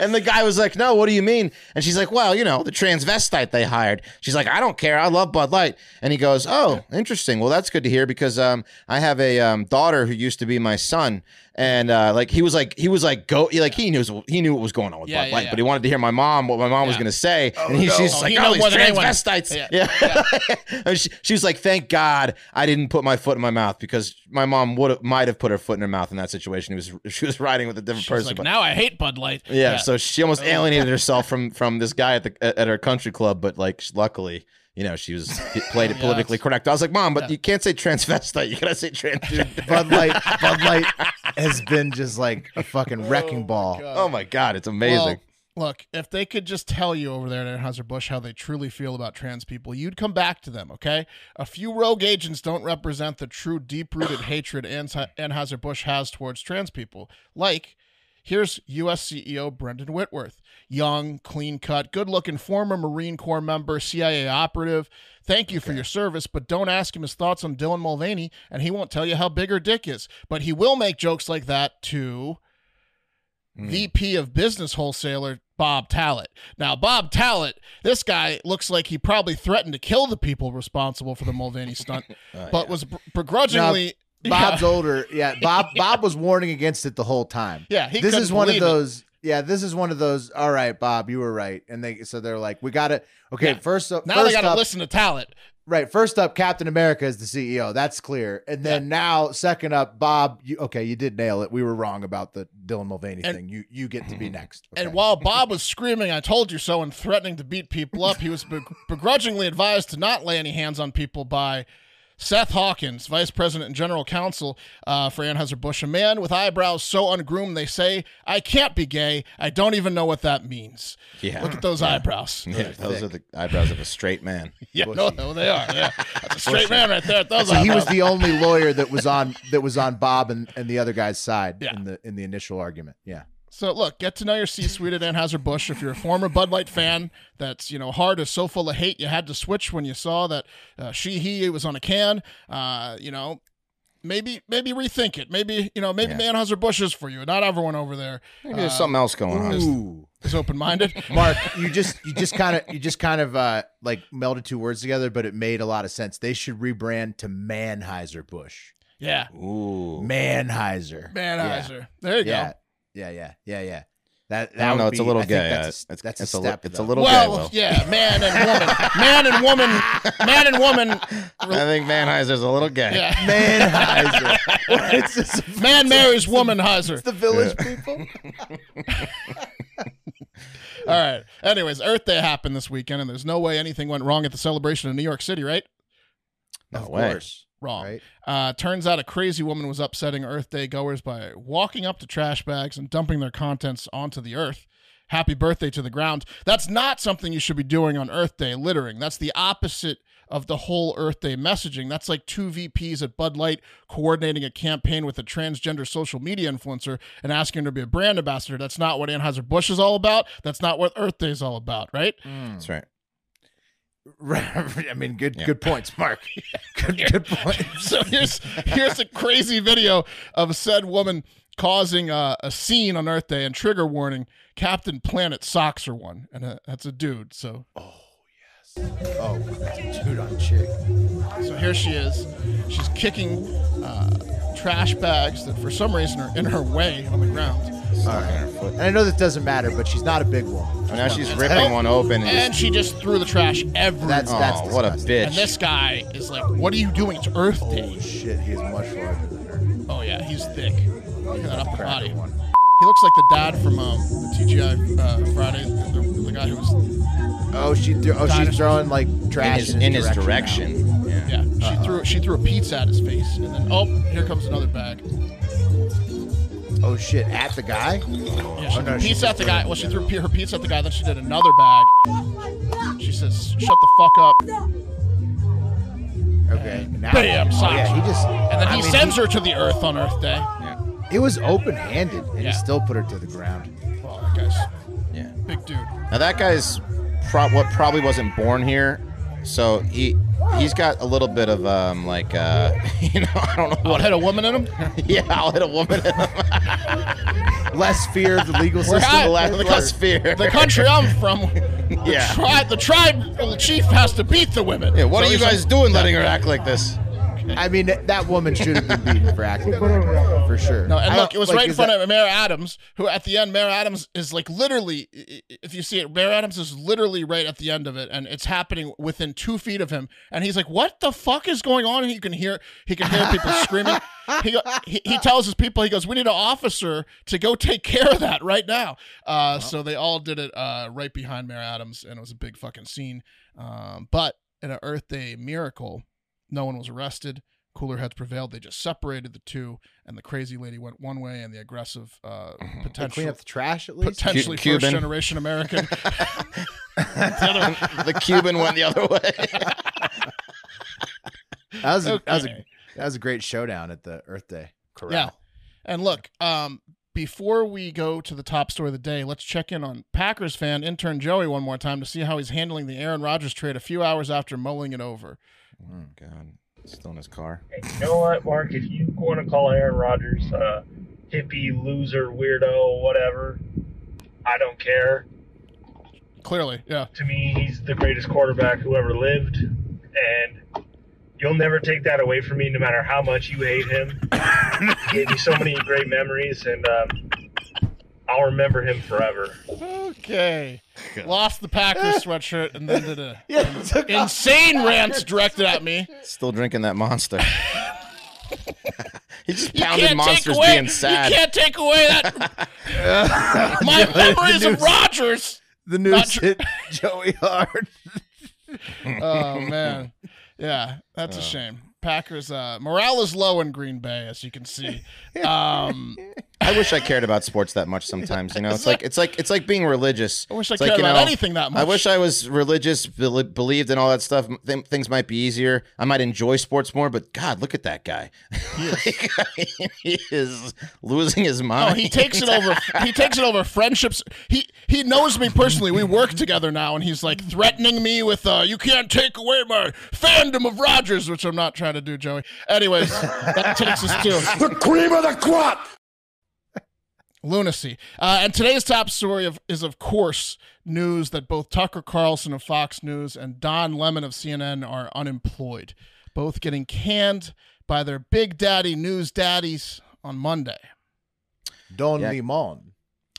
And the guy was like, "No, what do you mean?" And she's like, "Well, you know, the transvestite they hired." She's like, "I don't care. I love Bud Light." And he goes, "Oh, interesting. Well, that's good to hear because um, I have a um, daughter who used to be my son, and uh, like he was like he was like go he, like he knew he knew what was going on with Yeah, Bud yeah, Light, yeah. but he wanted to hear my mom what my mom was Yeah. going to say, and he, she's Oh, like, he "Oh, knows these more than anyone." transvestites." Yeah. Yeah. And she, she was like, "Thank God I didn't put my foot in my mouth because my mom would have might have put her foot in her mouth in that situation. It was she was riding with a different She's person, like, but now I hate Bud Light. yeah, so she Oh. almost alienated herself from from this guy at the at at her country club, but like luckily, you know, she was it played it Yeah. politically correct. I was like, "Mom, but Yeah. you can't say transvestite. You gotta say trans." Bud Light, Bud Light has been just like a fucking wrecking ball. oh my god, it's amazing. Well, look, if they could just tell you over there at Anheuser Busch how they truly feel about trans people, you'd come back to them, okay? A few rogue agents don't represent the true deep-rooted hatred Anheuser Anheuser Busch has towards trans people. Like, here's U.S. CEO E Brendan Whitworth, young, clean-cut, good-looking former Marine Corps member, CIA operative. Thank you for your service, but don't ask him his thoughts on Dylan Mulvaney, and he won't tell you how big her dick is. But he will make jokes like that to Mm. VP of Business Wholesaler Bob Talent. Now, Bob Talent, this guy looks like he probably threatened to kill the people responsible for the Mulvaney stunt, Uh, but was br- begrudgingly. Bob's Yeah. older. Yeah, Bob. Bob was warning against it the whole time. Yeah, he this couldn't is one of believe it. those. Yeah, this is one of those. All right, Bob, you were right. And they so they're like, we got to Okay, Yeah. first up. Now they first got to up- listen to Talent. Right. First up, Captain America is the CEO. That's clear. And then now, second up, Bob. You, okay, you did nail it. We were wrong about the Dylan Mulvaney And- thing. You you get to be next. And while Bob was screaming, I told you so, and threatening to beat people up, he was be- begrudgingly advised to not lay any hands on people by Seth Hawkins, vice president and general counsel uh, for Anheuser-Busch, a man with eyebrows so ungroomed they say, I can't be gay. I don't even know what that means. Yeah. Uh-huh. Look at those eyebrows. Yeah, those are the eyebrows of a straight man. Yeah, no, no, they are. Yeah. That's a straight man right there. Those so he was eyebrows. the only lawyer that was on that was on Bob and, and the other guy's side Yeah. in the in the initial argument. Yeah. So look, get to know your C-suite at Anheuser-Busch. If you're a former Bud Light fan, that's you know heart is so full of hate you had to switch when you saw that uh, she he was on a can. Uh, you know, maybe maybe rethink it. Maybe you know maybe Anheuser-Busch is for you. Not everyone over there Maybe there's something else going on. It's- Ooh. is open-minded. Mark, you just you just kind of you just kind of uh like melded two words together, but it made a lot of sense. They should rebrand to Manheiser Bush. yeah, Ooh. Manheiser. Anheuser. There you Yeah. go. yeah. Yeah, yeah, yeah, yeah. That, that I don't know. would It's a be- little I think gay. That's, uh, a, that's it's a, li- step. It's a though. little Well, gay. Will. yeah, man and woman, man and woman, man and woman, I think Manheiser's a little gay. yeah. Manheiser. What is this? man marries woman, Heiser. The village people. All right. Anyways, Earth Day happened this weekend, and there's no way anything went wrong at the celebration in New York City, right? No of way. course. Wrong. Right. Uh, turns out a crazy woman was upsetting Earth Day goers by walking up to trash bags and dumping their contents onto the earth. Happy birthday to the ground. That's not something you should be doing on Earth Day, littering. That's the opposite of the whole Earth Day messaging. That's like two VPs at Bud Light coordinating a campaign with a transgender social media influencer and asking her to be a brand ambassador. That's not what Anheuser-Busch is all about. That's not what Earth Day is all about, right? That's right. I mean, good Yeah. good points, Mark. Good, good points. so here's here's a crazy video of said woman causing uh, a scene on Earth Day and trigger warning. Captain Planet socks are one, and uh, that's a dude. So Oh, dude on chick. so here she is. She's kicking uh, trash bags that for some reason are in her way on the ground. And I know this doesn't matter, but she's not a big woman. And now she's ripping one open. And Oh, And just, she just threw the trash everywhere. That's oh, that's what a disgusting. bitch. and this guy is like, "What are you doing? It's Earth Day." Shit, he's much larger than her. Oh yeah, he's thick. Look at that upper body. He looks like the dad from um, the TGI uh, Friday, the, the guy who was Oh, she threw, oh she's Dinosaurs. throwing like in trash his, in his now. direction. Yeah. Uh-huh. Yeah, she threw she threw a pizza at his face, and then oh, here comes another bag. Oh shit, at the guy? Yeah, she Oh, no, threw she pizza just at the guy. Well, she threw pe- her pizza at the guy, then she did another bag. She says, "Shut the fuck up!" Okay. Now, Bam, oh, socks. yeah, he just And then I he mean, sends her to the earth on Earth Day. It was open-handed, and he Yeah. still put her to the ground. Well, that guy's Yeah. big dude. Now that guy's pro- what probably wasn't born here, so he he's got a little bit of um like uh you know I don't know What what. hit a woman in him? Yeah, I'll hit a woman in the Less fear of the legal system. at- last, last fear. The country I'm from. Yeah. The tribe, the tribe chief has to beat the women. Yeah, what So are you he's like, guys doing, letting her act like this? I mean, that woman should have been beaten for acting like that, for sure. No, and I look, don't- it was like, right in is front that- of Mayor Adams, who at the end, Mayor Adams is like literally, i- i- if you see it, Mayor Adams is literally right at the end of it, and it's happening within two feet of him, and he's like, "What the fuck is going on?" And he can hear, he can hear people screaming. He, go- he he tells his people, he goes, "We need an officer to go take care of that right now." Uh, So they all did it uh, right behind Mayor Adams, and it was a big fucking scene. Um, but in an Earth Day miracle, no one was arrested. Cooler heads prevailed. They just separated the two, and the crazy lady went one way, and the aggressive, uh, Did he clean potential, up Mm-hmm. the trash at least. potentially Cu- Cuban. first generation American. the Cuban went the other way. That was a, that was a Okay. that was a great showdown at the Earth Day. Corral. yeah. And look, um, before we go to the top story of the day, let's check in on Packers fan intern Joey one more time to see how he's handling the Aaron Rodgers trade a few hours after mulling it over. Oh God, still in his car. You know what, Mark? If you want to call Aaron Rodgers a hippie, loser, weirdo, whatever, I don't care. Clearly, yeah. To me, he's the greatest quarterback who ever lived, and you'll never take that away from me, no matter how much you hate him. he gave me so many great memories, and um, I'll remember him forever. Okay. Lost the Packers sweatshirt and then did a Yeah, took off. insane rants directed at me. Still drinking that monster. he just You can't pounded take monsters away, being sad. You can't take away that my memories of news- Rogers. the news Not- hit Joey hard. Uh. Oh man, yeah, that's a shame. Packers uh, morale is low in Green Bay, as you can see. Um, I wish I cared about sports that much sometimes. You know, it's like it's like it's like being religious. I wish I It's cared like, you about know, anything that much. I wish I was religious, bel- believed in all that stuff. Th- things might be easier. I might enjoy sports more, but God, look at that guy. Like, I mean, He is, losing his Oh, mind. he takes it over. He takes it over friendships. He he knows me personally. We work together now, and he's like threatening me with, uh, "You can't take away my fandom of Rogers," which I'm not trying to do, Joey. Anyways, that takes us to The cream of the crop! lunacy. Uh, and today's top story of, is, of course, news that both Tucker Carlson of Fox News and Don Lemon of CNN are unemployed, both getting canned by their big daddy news daddies on Monday. Don Yeah. Limon.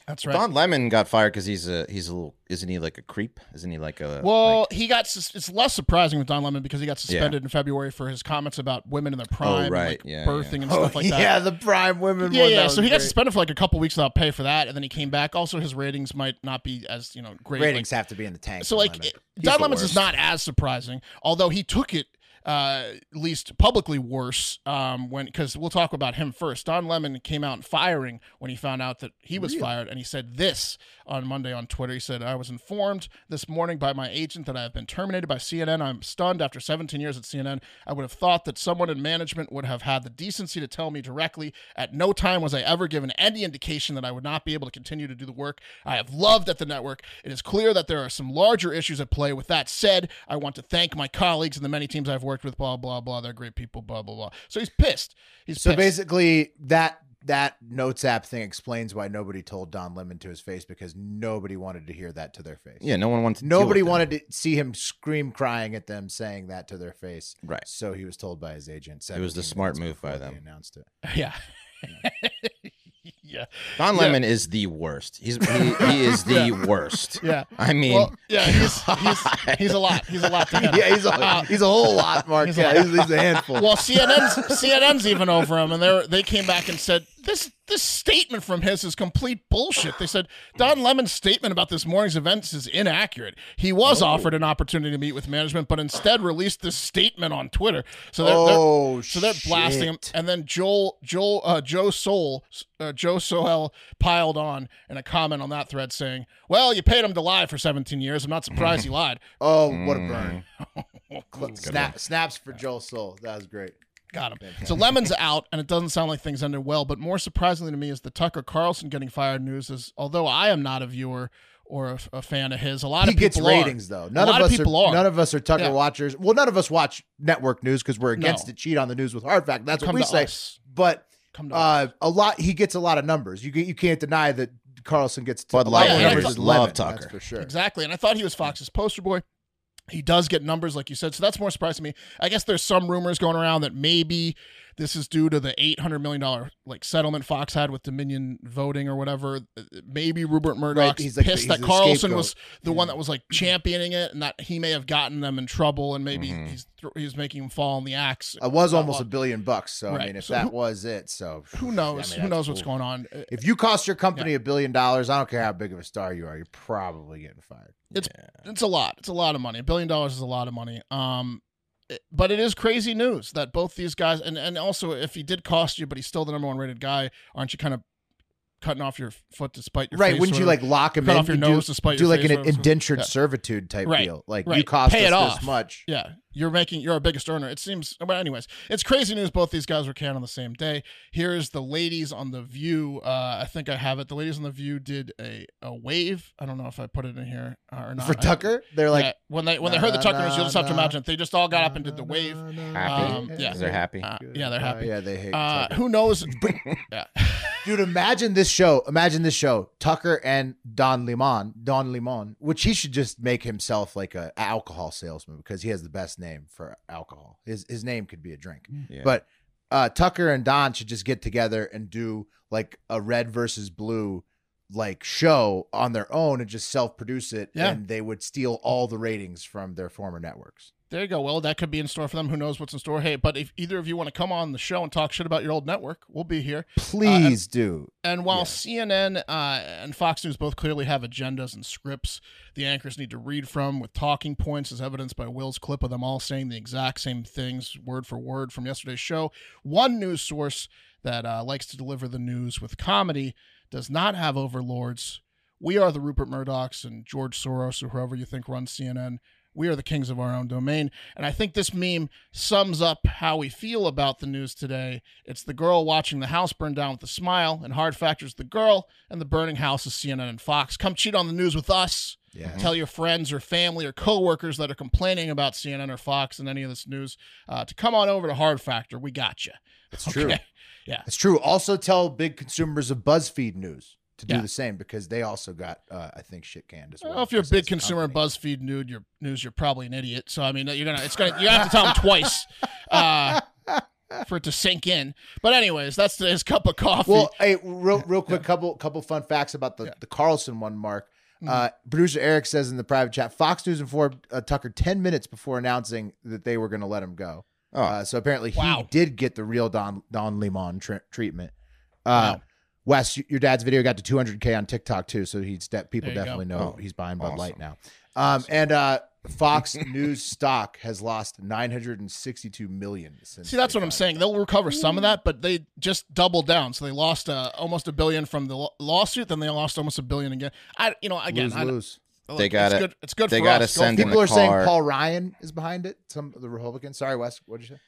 That's right. Don Lemon got fired because he's a he's a little isn't he like a creep? Isn't he like oh, a Well, like- he got sus- it's less surprising with Don Lemon because he got suspended in February for his comments about women in their prime, and, right. like Yeah, birthing yeah. and stuff like that. Oh, yeah, the prime women. Yeah, one, yeah. that So was he got great. suspended for like a couple weeks without pay for that, and then he came back. Also, his ratings might not be as you know great. like- Ratings have to be in the tank. so for like Lemon. it, Don the Lemon's is worst. not as surprising, although he took it uh, at least publicly worse um, when because we'll talk about him first. Don Lemon came out firing when he found out that he was fired, and he said this on Monday on Twitter. He said, "I was informed this morning by my agent that I have been terminated by CNN. I'm stunned. After 17 years at CNN, I would have thought that someone in management would have had the decency to tell me directly. At no time was I ever given any indication that I would not be able to continue to do the work I have loved at the network. It is clear that there are some larger issues at play. With that said, I want to thank my colleagues and the many teams I've worked with. Blah blah blah. They're great people. Blah blah blah. So he's pissed. He's So pissed. basically, that that notes app thing explains why nobody told Don Lemon to his face because nobody wanted to hear that to their face. yeah, no one wants to deal Nobody with him. wanted to see him scream crying at them saying that to their face. Right. So he was told by his agent. It was 17 the smart minutes move by before they them. Announced it. yeah. yeah. Don Yeah. Lemon is the worst. He's he, he is the worst. Yeah. I mean, Well, yeah, he's, he's, he's a lot. He's a lot to handle. Yeah, he's a he's a whole lot, Mark. he's a yeah, lot. he's, he's a handful. Well, CNN's CNN's even over him, and they are they came back and said this this statement from his is complete bullshit. They said Don Lemon's statement about this morning's events is inaccurate. He was Oh. offered an opportunity to meet with management, but instead released this statement on Twitter. So they're, they're- oh, so they're blasting him, shit. and then Joel Joel uh, Joe Soul uh, Joe Soel piled on in a comment on that thread saying, "Well, you paid him to lie for 17 years. I'm not surprised he lied." Oh, what a Mm. burn! Oh, Snap, snaps for Joel Soul. That was great. Got him. So Lemon's out, and it doesn't sound like things ended well. But more surprisingly to me is the Tucker Carlson getting fired news. Is although I am not a viewer or a, a fan of his, a lot He of people gets ratings are. though. None a lot of us people are, are. None of us are Tucker Yeah. watchers. Well, none of us watch network news because we're against No. it. Cheat on the news with hard fact. That's Come what we to say. us. But Come to us. uh, a lot. He gets a lot of numbers. You ca- you can't deny that Carlson gets Bud a lot Light more members numbers. just than love Lemon, Tucker. that's for sure. Exactly. And I thought he was Fox's poster boy. He does get numbers, like you said. So that's more surprising to me. I guess there's some rumors going around that maybe this is due to the $800 million like settlement Fox had with Dominion voting or whatever. Uh, Maybe Rupert Murdoch's he's like the- pissed he's that the Carlson scapegoat. was the one that was like championing it and that he may have gotten them in trouble and maybe he's, he's making him fall on the axe. Mm-hmm. I was Not almost a long. billion bucks. So I Right. mean, if So that who- was it, so Who knows? I mean, Who that's knows what's going on? Uh, If you cost your company a billion dollars, I don't care how big of a star you are, you're probably getting fired. it's it's a lot. It's a lot of money. A billion dollars is a lot of money. Um, it- but it is crazy news that both these guys and and also if he did cost you, but he's still the number one rated guy, aren't you kind of cutting off your foot to spite your right? face Wouldn't or you like whatever? lock him Cut in? off your You nose do, to spite do your like face, an whatever it's- indentured Yeah. servitude type Right, deal. Like you right. cost Pay us it this off. much. Yeah, you're making you're our biggest earner. It seems, but anyways, it's crazy news. Both these guys were canned on the same day. Here is the ladies on the View. Uh, I think I have it. The ladies on the View did a a wave. I don't know if I put it in here uh, or not. For I- Tucker, they're like, yeah, when they when they heard the "Na, Tucker na, news, you'll just have to na, imagine if they just all got up and did the wave. Happy? Um, yeah. Is they're happy. Uh, yeah, they're happy. Oh, yeah, they hate. Uh, Tucker. who knows? yeah. Dude, imagine this show. Imagine this show. Tucker and Don Limon, Don Limon, which he should just make himself like a alcohol salesman because he has the best name for alcohol. His his name could be a drink. Yeah. But uh, Tucker and Don should just get together and do like a red versus blue like show on their own and just self produce it. Yeah. And they would steal all the ratings from their former networks. There you go. Well, that could be in store for them. Who knows what's in store? Hey, but if either of you want to come on the show and talk shit about your old network, we'll be here. Please do. And while CNN uh, and Fox News both clearly have agendas and scripts, the anchors need to read from with talking points, as evidenced by Will's clip of them all saying the exact same things, word for word, from yesterday's show. One news source that uh, likes to deliver the news with comedy does not have overlords. We are the Rupert Murdochs and George Soros, or whoever you think runs CNN. We are the kings of our own domain. And I think this meme sums up how we feel about the news today. It's the girl watching the house burn down with a smile, and Hard Factor's the girl, and the burning house is CNN and Fox. Come cheat on the news with us. Yeah. Tell your friends or family or coworkers that are complaining about CNN or Fox and any of this news uh, to come on over to Hard Factor. We got you. It's true. Yeah. It's true. Also, tell big consumers of BuzzFeed News to do Yeah. the same because they also got, uh, I think, shit canned as well. Well, if you're a because big it's consumer of company. BuzzFeed nude, you're, news, you're probably an idiot. So I mean, you're gonna it's gonna you have to tell them twice uh, for it to sink in. But anyways, that's today's cup of coffee. Well, hey, real, real quick, couple couple fun facts about the, the Carlson one, Mark. Mm-hmm. Uh, producer Eric says in the private chat, Fox News informed uh, Tucker 10 minutes before announcing that they were going to let him go. Oh. Uh, so apparently he Wow. did get the real Don Don Lemon tr- treatment. Uh, Wes, y- your dad's video got to 200k on TikTok too, so he's de- people There you go. definitely know Oh, he's buying Bud Light awesome. now. Um, and uh, Fox News stock has lost 962 million since. See, that's they what I'm got it. saying. They'll recover some of that, but they just doubled down. So they lost uh, almost a billion from the lo- lawsuit, then they lost almost a billion again. I, you know, again, lose I, lose. look, They gotta- It's good, it's good they for gotta us. Go send for in People the are saying car. Paul Ryan is behind it. Some of the Republicans. Sorry, Wes. What did you say?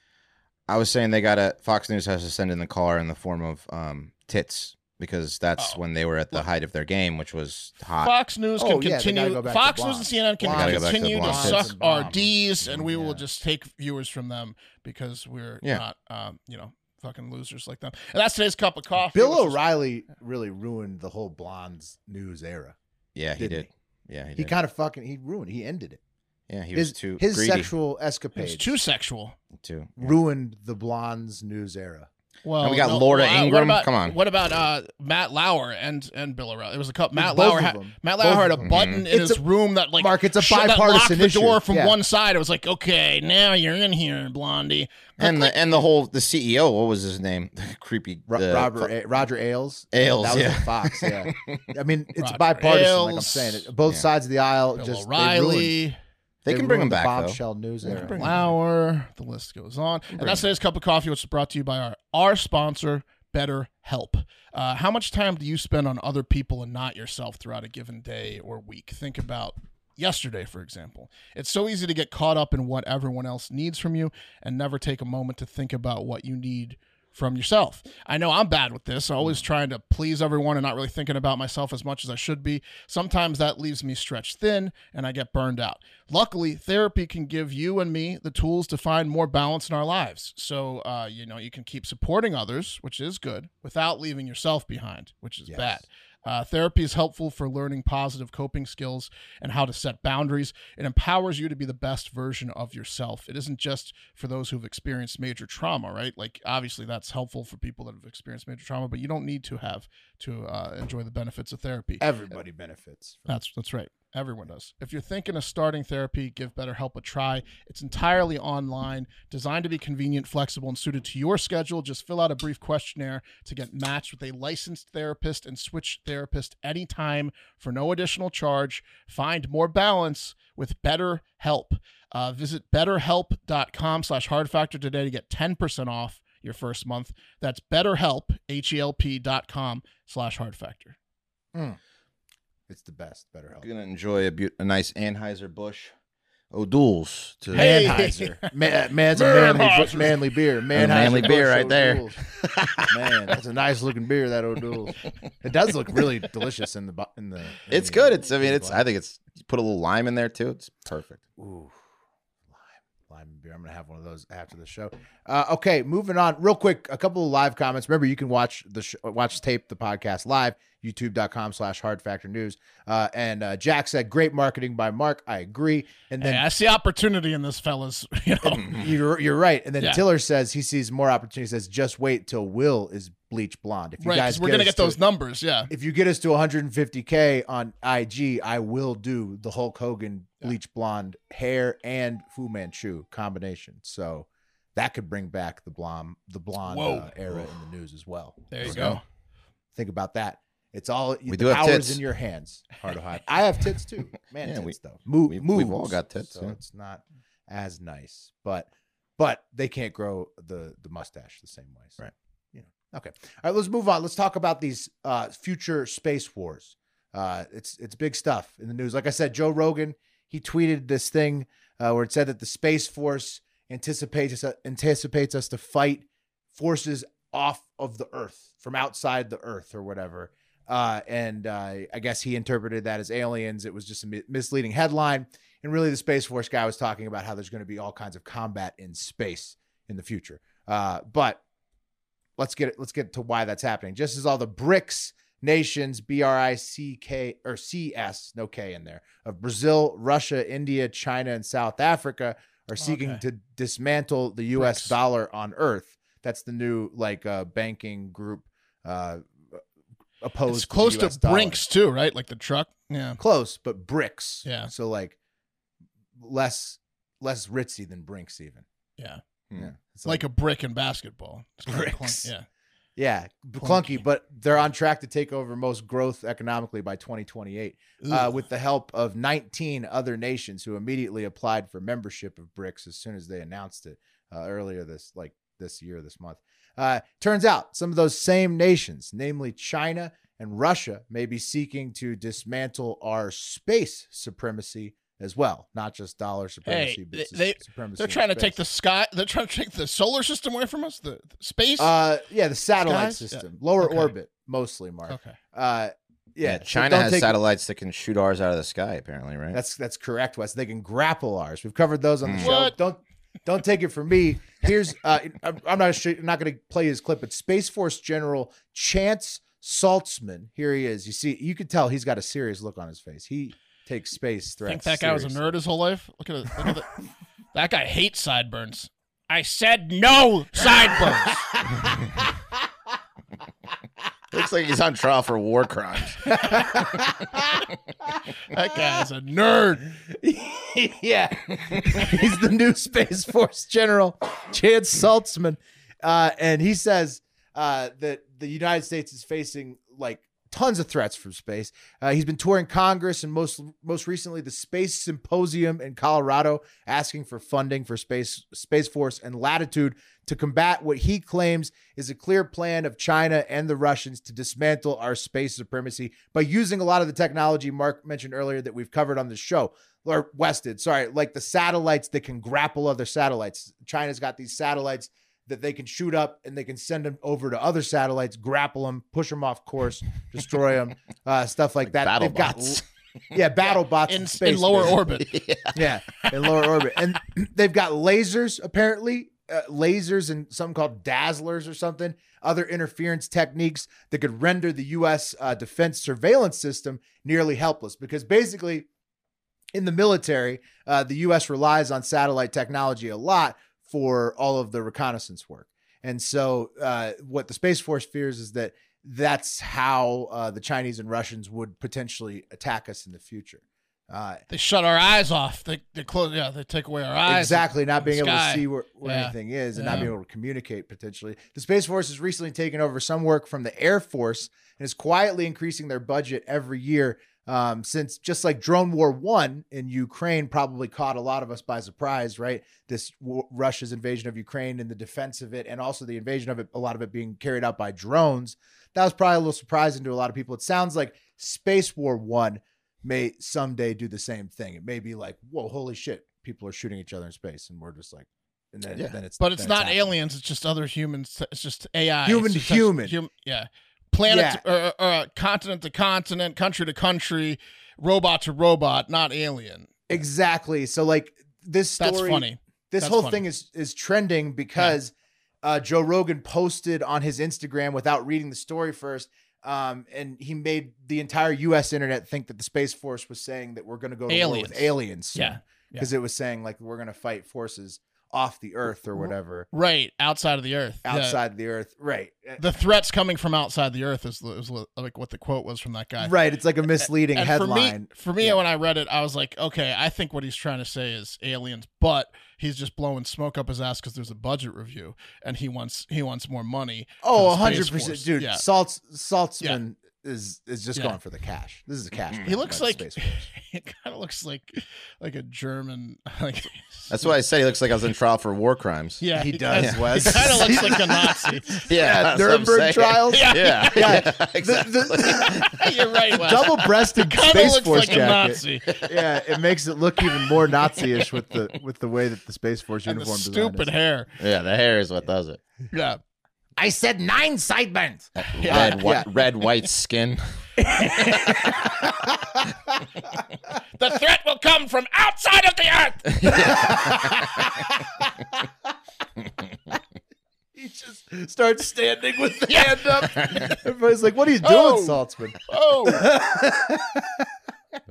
I was saying they got to Fox News has to send in the car in the form of um, tits because that's Oh. when they were at the height of their game, which was hot. Fox News Oh, yeah, can they gotta continue. go back to Fox News and blondes. CNN can They gotta go back to continue to, blondes. suck And our blondes. D's, and we Yeah. will just take viewers from them because we're Yeah. not, um, you know, fucking losers like them. And that's today's cup of coffee. Bill which is- O'Reilly really ruined the whole blondes news era. yeah, he Didn't did. Yeah, he, He, did. kind of fucking he ruined. He ended it. yeah, he his was too his greedy. sexual It was escapades too sexual. too. ruined the blondes news era. Well, And we got Laura what Ingraham. about- Come on. What about uh, Matt Lauer and and Bill O'Reilly? It was a couple. Matt both Lauer. of Had, them. Matt Both Lauer had a of them. button in It's his a- room that like Mark, it's a sh- that locked bipartisan the issue. door from Yeah. one side. It was like, okay, now you're in here, Blondie. And the and the whole the CEO, what was his name? The creepy Ro- the- Robert A- Roger Ailes. Ailes, That was yeah. at Fox. Yeah. I mean, it's Roger bipartisan. Like I'm Ailes. saying, it. both Yeah. sides of the aisle Bill just they ruined. O'Reilly. They, can bring him ruined the back though. Bombshell news era. bring him Lauer. The list goes on. And that's today's cup of coffee, which is brought to you by our, our sponsor, Better Help. Uh, how much time do you spend on other people and not yourself throughout a given day or week? Think about yesterday, for example. It's so easy to get caught up in what everyone else needs from you and never take a moment to think about what you need from yourself. I know I'm bad with this, always trying to please everyone and not really thinking about myself as much as I should be. Sometimes that leaves me stretched thin and I get burned out. Luckily, therapy can give you and me the tools to find more balance in our lives. So, uh, you know, you can keep supporting others, which is good, without leaving yourself behind, which is Yes. bad. Uh, therapy is helpful for learning positive coping skills and how to set boundaries. It empowers you to be the best version of yourself. It isn't just for those who've experienced major trauma, right? Like, obviously, that's helpful for people that have experienced major trauma, but you don't need to have to uh, enjoy the benefits of therapy. Everybody benefits. From That's that's right. Everyone does. If you're thinking of starting therapy, give BetterHelp a try. It's entirely online, designed to be convenient, flexible, and suited to your schedule. Just fill out a brief questionnaire to get matched with a licensed therapist and switch therapist anytime for no additional charge. Find more balance with BetterHelp. Uh, visit betterhelp.com slash hardfactor today to get 10% off your first month. That's betterhelp, H-E-L-P dot com slash hardfactor. It's the best. Better help. You're gonna enjoy a, bu- a nice Anheuser Busch O'Doul's to Hey! Anheuser. Man, man's a manly, manly beer. Man, manly beer right there. Man, that's a nice looking beer. That O'Doul's. It does look really delicious in the bo- in the. in It's the, good. uh, It's I mean in the it's glass. I think it's you put a little lime in there too. It's perfect. Ooh, lime, lime and beer. I'm gonna have one of those after the show. Uh, okay, moving on real quick. A couple of live comments. Remember, you can watch the sh- watch tape the podcast live. YouTube.com/slash Hard Factor News. Uh, and uh, Jack said, "Great marketing by Mark." I agree. And then Hey, I see opportunity in this, fellas. You know, You're you're right. And then Yeah. Tiller says he sees more opportunity. Says just wait till Will is bleach blonde. If you right? guys Because we're gonna us get those to, numbers. Yeah, if you get us to 150k on IG, I will do the Hulk Hogan bleach blonde hair and Fu Manchu combination. So that could bring back the blonde the blonde Whoa. uh, era in the news as well. there you So go. Think about that. It's all We the do have power's tits. in your hands. Hard to hide. I have tits too. Man, Yeah, tits we- though. Move, we've- we've all got tits, So yeah. it's not as nice, but but they can't grow the the mustache the same way. So, Right. You know. Okay. All right. Let's move on. Let's talk about these uh, future space wars. Uh, it's it's big stuff in the news. Like I said, Joe Rogan he tweeted this thing uh, where it said that the space force anticipates us, anticipates us to fight forces off of the Earth from outside the Earth or whatever. Uh, and uh, I guess he interpreted that as aliens. It was just a mi- misleading headline. And really, the Space Force guy was talking about how there's going to be all kinds of combat in space in the future. Uh, but let's get let's get to why that's happening. Just as all the BRICS nations, B R I C K or C S, no K in there, of Brazil, Russia, India, China, and South Africa are seeking Okay. to dismantle the U.S. BRICS. dollar on Earth. That's the new like uh, banking group uh, opposed. It's to the close to US dollar. Brinks too, right? Like the truck. Yeah. Close, but bricks. Yeah. So like less less ritzy than Brinks even. Yeah. Yeah. It's It's like a brick in basketball. It's kinda clunk- Bricks. Yeah. yeah, b- clunky, clunky. but they're on track to take over most growth economically by 2028 uh, Ugh. with the help of 19 other nations who immediately applied for membership of BRICS as soon as they announced it uh, earlier this like this year this month. Uh, turns out some of those same nations, namely China and Russia, may be seeking to dismantle our space supremacy as well, not just dollar supremacy, but they- sus- they- supremacy. They're in trying to take space. the sky. They're trying to take the solar system away from us. The, the space. uh, yeah, the satellite Skies? Yeah. system, lower Okay. orbit mostly, Mark. okay. Uh, yeah, Yeah, so China don't has take- satellites that can shoot ours out of the sky. Apparently, right? That's that's correct, Wes. They can grapple ours. We've covered those on the Mm. show. What? Don't don't take it from me. Here's uh, I'm I'm not sure, I'm not going to play his clip, but Space Force General Chance Saltzman. Here he is. You see, you could tell he's got a serious look on his face. He takes space threats. Think that guy was a seriously. nerd his whole life? Look at, it- look at that. that guy hates sideburns. I said no sideburns. Looks like he's on trial for war crimes. that guy is a nerd. yeah. He's the new Space Force General, Chance Saltzman. Uh, and he says uh, that the United States is facing like tons of threats from space. Uh, he's been touring Congress and most most recently the Space Symposium in Colorado, asking for funding for space Space Force and Latitude to combat what he claims is a clear plan of China and the Russians to dismantle our space supremacy by using a lot of the technology Mark mentioned earlier that we've covered on this show or West did, sorry, like the satellites that can grapple other satellites. China's got these satellites that they can shoot up and they can send them over to other satellites, grapple them, push them off course, destroy them, uh, stuff like, that. battle They've bots. got yeah, battle bots in, In, space, in lower basically. orbit. Yeah, in lower orbit, and they've got lasers apparently, uh, lasers and some called dazzlers or something, other interference techniques that could render the U.S. Uh, defense surveillance system nearly helpless. Because basically, in the military, uh, the U.S. relies on satellite technology a lot for all of the reconnaissance work, and so uh, what the Space Force fears is that that's how uh, the Chinese and Russians would potentially attack us in the future. Uh, They shut our eyes off. They they close. Yeah, they take away our eyes. Exactly, not being able to sky. see where, where Yeah. anything is and not Yeah. being able to communicate potentially. The Space Force has recently taken over some work from the Air Force and is quietly increasing their budget every year. Um, since just like Drone War One in Ukraine probably caught a lot of us by surprise, right? This w- Russia's invasion of Ukraine and the defense of it, and also the invasion of it, a lot of it being carried out by drones. That was probably a little surprising to a lot of people. It sounds like Space War One may someday do the same thing. It may be like, whoa, holy shit, people are shooting each other in space, and we're just like, and then, Yeah. then it's But it's then not happening. aliens. It's just other humans. It's just AI. Human It's to just- that's human. hum- yeah. Planet to- or, or, or continent to continent, country to country, robot to robot, not alien. Exactly. So like this story, That's funny. this That's whole funny. thing is is trending because uh, Joe Rogan posted on his Instagram without reading the story first, um, and he made the entire U.S. internet think that the Space Force was saying that we're going to go to war Aliens. with aliens, Yeah. yeah. because it was saying like we're going to fight forces off the Earth or whatever Right. Outside of the earth. Yeah. outside the Earth, right? Uh, The threats coming from outside the earth is, is like what the quote was from that guy. Right, it's like a misleading And headline. For me, for me Yeah. when I read it, I was like, okay, I think what he's trying to say is aliens, but he's just blowing smoke up his ass because there's a budget review and he wants he wants more money. Oh, for the Space 100 percent, Force. dude. Yeah. Saltz Saltzman is is just Yeah. going for the cash. This is a cash. He looks like Space he kind of looks like like a German. Like That's why I said he looes like I was in trial for war crimes. yeah, He does, He Wes. kind of looks like a Nazi. Yeah, that's what I'm Nuremberg saying. trials. Yeah. Yeah, Yeah. exactly. You're right, Wes. double-breasted Kind of Space looks Force like a jacket. Nazi. yeah, it makes it look even more Nazi-ish with the with the way that the Space Force And the uniform design stupid is. hair. yeah, the hair is what does it. Yeah. I said nine sideburns. Red, Yeah. white, red, white skin. The threat will come from outside of the earth. He just starts standing with the hand up. Everybody's like, "What are you doing, Oh. Saltzman?" Oh,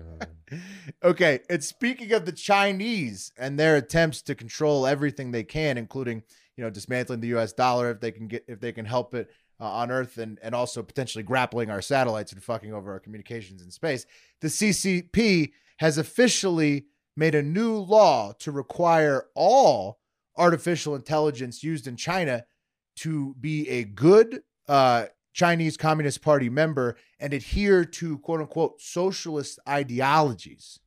Okay, and speaking of the Chinese and their attempts to control everything they can, including you know dismantling the U.S. dollar if they can get if they can help it uh, on Earth, and and also potentially grappling our satellites and fucking over our communications in space. The CCP has officially made a new law to require all artificial intelligence used in China to be a good uh, Chinese Communist Party member and adhere to quote unquote socialist ideologies,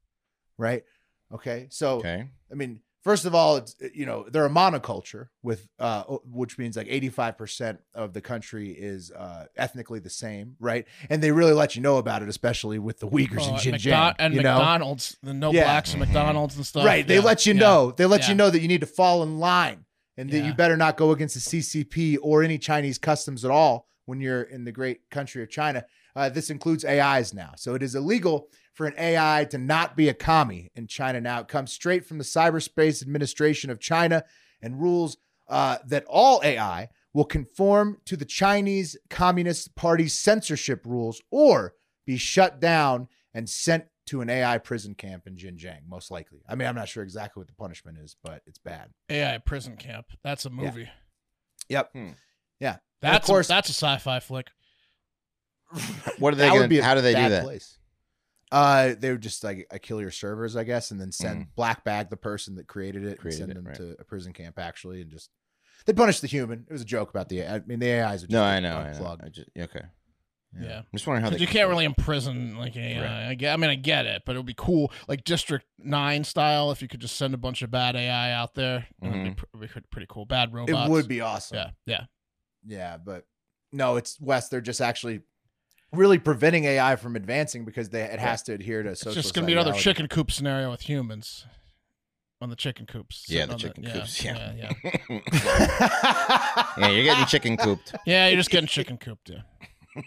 right? Okay, so Okay. I mean, first of all, it's you know they're a monoculture with uh, which means like eighty five percent of the country is uh, ethnically the same, right? And they really let you know about it, especially with the Uyghurs in Oh, and, Xinjiang. McDo- and you know? McDonald's, the no Yeah. blacks and McDonald's and stuff. Right. They Yeah. let you Yeah. know. They let Yeah. you know that you need to fall in line and that Yeah. you better not go against the CCP or any Chinese customs at all when you're in the great country of China. Uh, this includes AIs now. So it is illegal for an AI to not be a commie in China now. It comes straight from the Cyberspace Administration of China and rules uh, that all AI will conform to the Chinese Communist Party's censorship rules or be shut down and sent to an AI prison camp in Xinjiang, most likely. I mean, I'm not sure exactly what the punishment is, but it's bad. AI prison camp. That's a movie. Yep. Hmm. Yeah. And That's of course, a, that's a sci-fi flick. What are they that would going be to a How do they do bad that? Place. Uh, they would just like I kill your servers, I guess, and then send black bag the person that created it Mm. Created and send it, them right. to a prison camp actually, and just they punish the human. It was a joke about the. I mean, the AIs. Would just No, get I know. I know. unplugged. I just, okay. Yeah. I'm just wondering how 'Cause they. you can't really imprison like AI. I, get, I mean, I get it, but it would be cool, like District Nine style, if you could just send a bunch of bad AI out there. It'd be, pr- it'd be pretty- pretty cool. Bad robots. It would be awesome. Yeah, yeah. Yeah, but no, it's West. They're just actually really preventing AI from advancing because they it has to adhere to. It's just gonna be another chicken coop scenario with humans. On the chicken coops. Yeah, sitting the on chicken yeah, coops. Yeah. yeah, Yeah, yeah. yeah you're getting chicken cooped. Yeah, you're just getting chicken cooped. Yeah.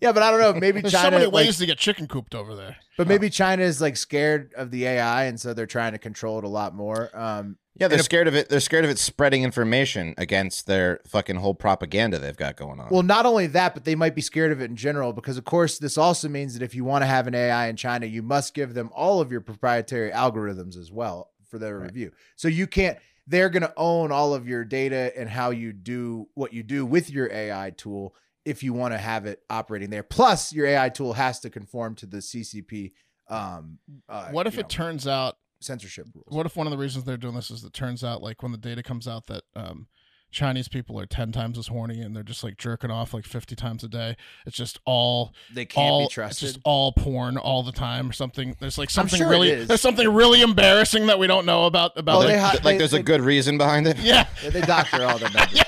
yeah, but I don't know. Maybe There's China. so many like- ways to get chicken cooped over there. But maybe China is like scared of the AI, and so they're trying to control it a lot more. Um, Yeah, they're scared of it. They're scared of it spreading information against their fucking whole propaganda they've got going on. well, not only that, but they might be scared of it in general because, of course, this also means that if you want to have an AI in China, you must give them all of your proprietary algorithms as well for their review. So you can't. They're going to own all of your data and how you do what you do with your AI tool if you want to have it operating there. Plus, your AI tool has to conform to the CCP. Um, uh, What if you it know, turns out censorship rules? What if one of the reasons they're doing this is it turns out like when the data comes out that um, Chinese people are ten times as horny and they're just like jerking off like fifty times a day. It's just all they can't all be It's trusted. just all porn all the time or something. There's like something sure it really is. there's something really embarrassing that we don't know about about. Well, it. they ha- Th- like, there's a good reason behind it. yeah, Yeah, they doctor all the numbers.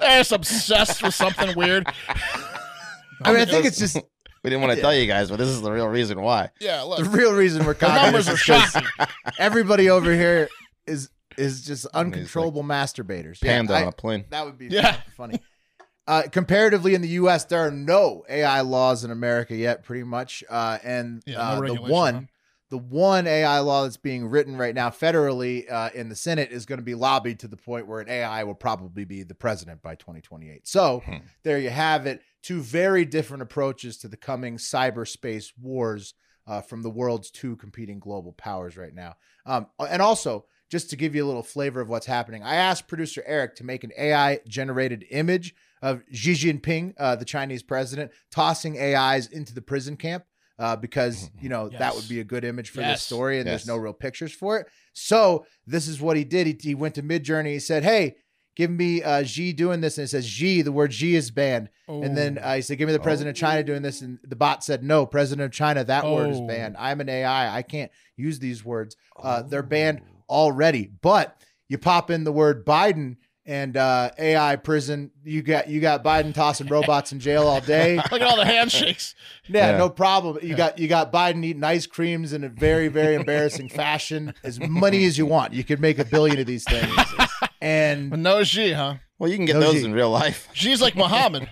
they're just obsessed with something weird. I mean, I think it's just the We didn't want to tell you guys, but this is the real reason why. Yeah, look, real reason we're the cocky. is numbers are 'cause shocking. Everybody over here is is just uncontrollable masturbators. Yeah, Panda I- on a plane. that would be Yeah. funny. Uh, comparatively, in the U.S., there are no AI laws in America yet, pretty much, uh, and Yeah, no uh, the regulation, one huh? the one AI law that's being written right now federally uh, in the Senate is going to be lobbied to the point where an AI will probably be the president by 2028. So Hmm. there you have it. Two very different approaches to the coming cyberspace wars uh, from the world's two competing global powers right now. Um, and also, just to give you a little flavor of what's happening, I asked producer Eric to make an AI generated image of Xi Jinping, uh, the Chinese president, tossing AIs into the prison camp uh, because, you know, that would Yes. be a good image for this Yes. story and Yes. there's no real pictures for it. So this is what he did. He, he went to Midjourney. He said, hey, give me uh, Xi doing this. And it says Xi, the word Xi is banned. And Oh. then uh, he said, give me the president of China doing this. And the bot said, no, president of China, that word is Oh. banned. I'm an AI. I can't use these words. Uh, They're banned already. But you pop in the word Biden and uh, AI prison, you got you got Biden tossing robots in jail all day. Oh. look at all the handshakes. Yeah, Yeah. no problem. You got you got Biden eating ice creams in a very very embarrassing fashion. As many as you want, you could make a billion of these things. But And no Xi, huh? Well, you can get No, those G. in real life. Xi's like Muhammad.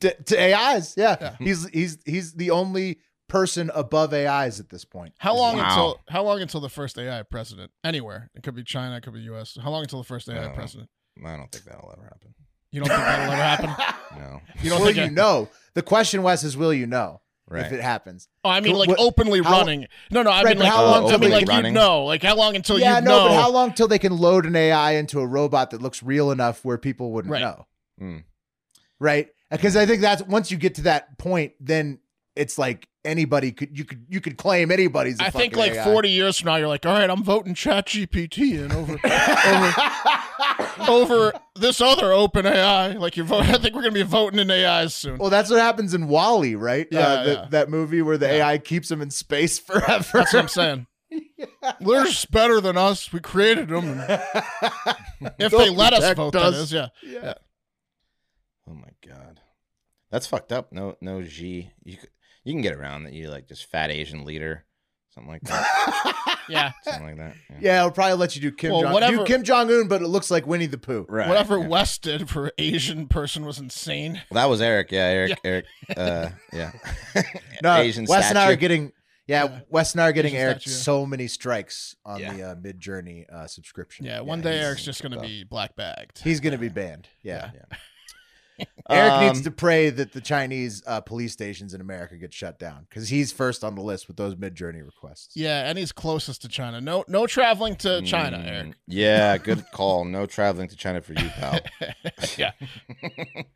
to, to AIs, yeah, he's he's he's the only person above AIs at this point. How long Wow. until how long until the first AI president anywhere? It could be China, it could be U.S. How long until the first AI Uh, president? I don't think that'll ever happen. You don't think that'll ever happen? No, You don't will think? you it- know? The question, Wes, is will you know if right? it happens? oh, I mean, Who- like what- openly how- running. No, no. I Right, mean, but like how long I till mean, they- like running? you know, like how long until yeah, you no, know? but how long till they can load an AI into a robot that looks real enough where people wouldn't Right. know? Mm. Right? Because I think that's once you get to that point, then it's like anybody could you could you could claim anybody's. I I think like 40 years from now, you're like, all right, I'm voting ChatGPT in over over this other open AI. Like you vote, I think we're gonna be voting in AIs soon. Well, that's what happens in Wally, right? Uh, Yeah, the- yeah. that movie where the Yeah. AI keeps him in space forever. That's what I'm saying. They're just better than us. We created them. If they Don't let us protect vote, us. that is, yeah. yeah. Oh my god, that's fucked up. No, no G. You c- you can get around that. You like just fat Asian leader, something like that. Yeah. something like that. Yeah. Yeah, it'll probably let you do Kim Well, Jong do whatever- Kim Jong Un, but it looks like Winnie the Pooh. Right. Whatever yeah. West did for Asian person was insane. Well, that was Eric. Yeah, Eric. Eric. Uh, yeah. No, Asian Wes and I are statue. getting yeah, Yeah. Wes and I are getting Asian Eric statue. so many strikes on Yeah. the uh, Mid Journey uh, subscription. Yeah, one day he's- Eric's just gonna be black bagged. he's gonna be banned. Yeah, Yeah. Eric needs Um, to pray that the Chinese uh, police stations in America get shut down because he's first on the list with those Mid Journey requests. Yeah, and he's closest to China. No, no traveling to China, Mm, Eric. Yeah, good call. No traveling to China for you, pal. Yeah.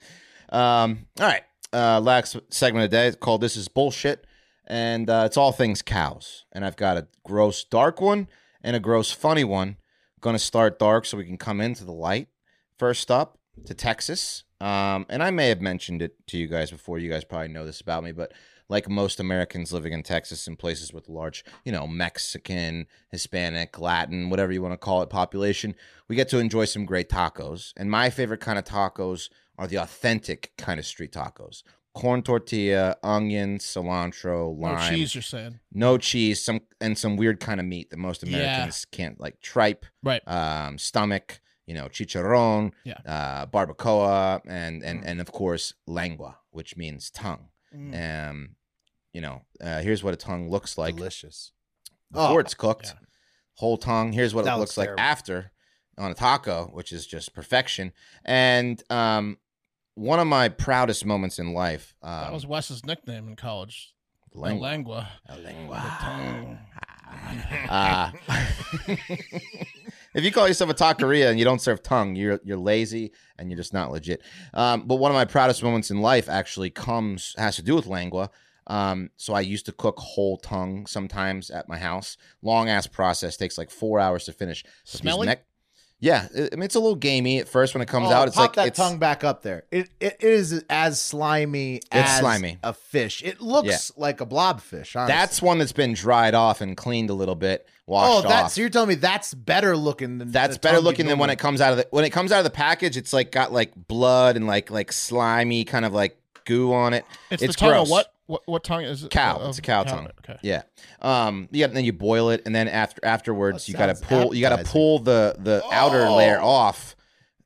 um, all right. Uh, last segment of the day is called This is Bullshit. And uh, it's all things cows. And I've got a gross dark one and a gross funny one. Gonna start dark so we can come into the light. First up to Texas. Um, and I may have mentioned it to you guys before. You guys probably know this about me, but like most Americans living in Texas in places with large, you know, Mexican, Hispanic, Latin, whatever you want to call it, population, we get to enjoy some great tacos. And my favorite kind of tacos are the authentic kind of street tacos. Corn tortilla, onion, cilantro, No lime, cheese, you're saying. no cheese, some and some weird kind of meat that most Yeah. Americans can't like tripe, Right. um, stomach, you know, chicharron, Yeah. uh, barbacoa, and and and of course lengua, which means tongue. Mm. Um, you know, uh, here's what a tongue looks like Delicious. before Oh, it's cooked. yeah. Whole tongue. Here's what That it looks looks like terrible. after on a taco, which is just perfection. And um, one of my proudest moments in life. Um, That was Wes's nickname in college. lengua. Langua. A The tongue. Uh, if you call yourself a taqueria and you don't serve tongue, you're you're lazy and you're just not legit. Um, but one of my proudest moments in life actually comes has to do with langua. Um, so I used to cook whole tongue sometimes at my house. Long ass process takes like four hours to finish. But these Smelly? neck- yeah, I I mean it's a little gamey at first when it comes Oh, out. It's pop like that it's tongue back up there. It it is as slimy as slimy. a fish. It looks like a blobfish. Honestly. that's one that's been dried off and cleaned a little bit, oh, washed that. off. So you're telling me that's better looking than That's the better tongue you looking than when normally- it comes out of the when it comes out of the package. It's like got like blood and like like slimy kind of like goo on it. It's, It's the tongue gross. of what? What what tongue is it? Cow. Of- It's a cow tongue. Okay. Yeah. Um. Yeah. Then you boil it, and then after afterwards, That you gotta Oh, sounds Oh! pull. You gotta appetizing. pull the the outer layer off.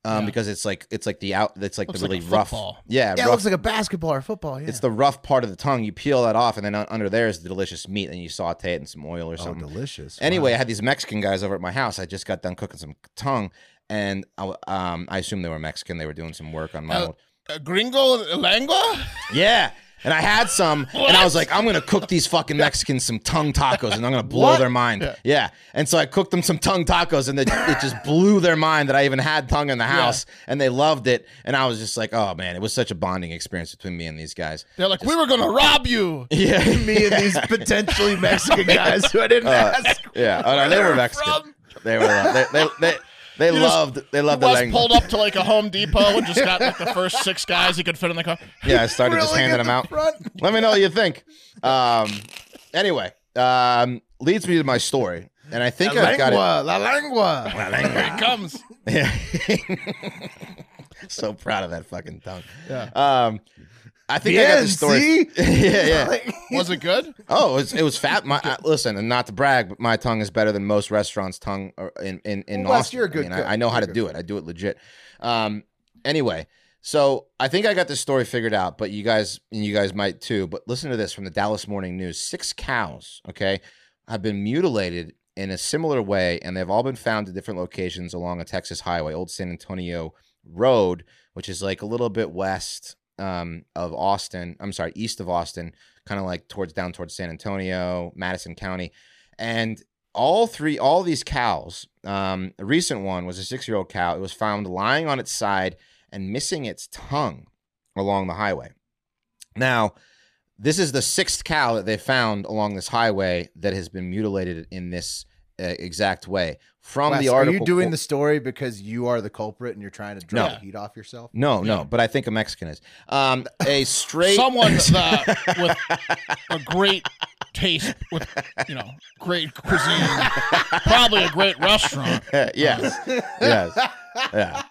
um, Yeah. because it's like it's like the out that's like Looks the like a really rough. football. Yeah, Yeah, it rough- looks like a basketball or football. Yeah. It's the rough part of the tongue. You peel that off, and then un- under there is the delicious meat, and you saute it in some oil or oh, something. delicious. Anyway, I Wow. had these Mexican guys over at my house. I just got done cooking some tongue, and I, w- um, I assume they were Mexican. They were doing some work on my Uh, old. A gringo lengua? Yeah. And I had some, and I was What? like, I'm gonna cook these fucking Mexicans some tongue tacos, and I'm gonna blow What? their mind. Yeah. And so I cooked them some tongue tacos, and it, it just blew their mind that I even had tongue in the house, and they loved it. And I was just like, oh man, it was such a bonding experience between me and these guys. They're like, we were gonna rob you. Yeah, me and these potentially Mexican guys who I didn't ask. yeah. Oh, no, they were Mexican. from. They were. uh, They they they, they You just- loved they loved the Wes language. pulled up to like a Home Depot and just got like the first six guys he could fit in the car. Yeah, I started just Grilling handing at them the out. front. Let me know what you think. Um, anyway, um, leads me to my story, and I think La I've got it. lengua, Uh, la lengua. Here he comes. Yeah. so proud of that fucking tongue. Yeah. Um, I think I got Bien, the story. see? yeah, yeah. Was it good? Oh, it was, it was fat. My I, listen, and not to brag, but my tongue is better than most restaurants' tongue or- in in in Well, Wes, Austin. you're a I good mean, I, cook. I know how You're a to good do it. I do it legit. Um, anyway, so I think I got this story figured out, but you guys and you guys might too. But listen to this from the Dallas Morning News: six cows, okay, have been mutilated in a similar way, and they've all been found at different locations along a Texas highway, Old San Antonio Road, which is like a little bit west um, of Austin. I'm sorry, east of Austin, kind of like towards down towards San Antonio, Madison County, and all three, all these cows. Um, a recent one was a six-year-old cow. It was found lying on its side and missing its tongue along the highway. Now, this is the sixth cow that they found along this highway that has been mutilated in this uh, exact way. From Wes, the article, are you doing the story because you are the culprit and you're trying to draw No. the heat off yourself? No, no, but I think a Mexican is. Um, a straight Someone uh, with a great taste, with you know, great cuisine, probably a great restaurant. yes, yes, yeah.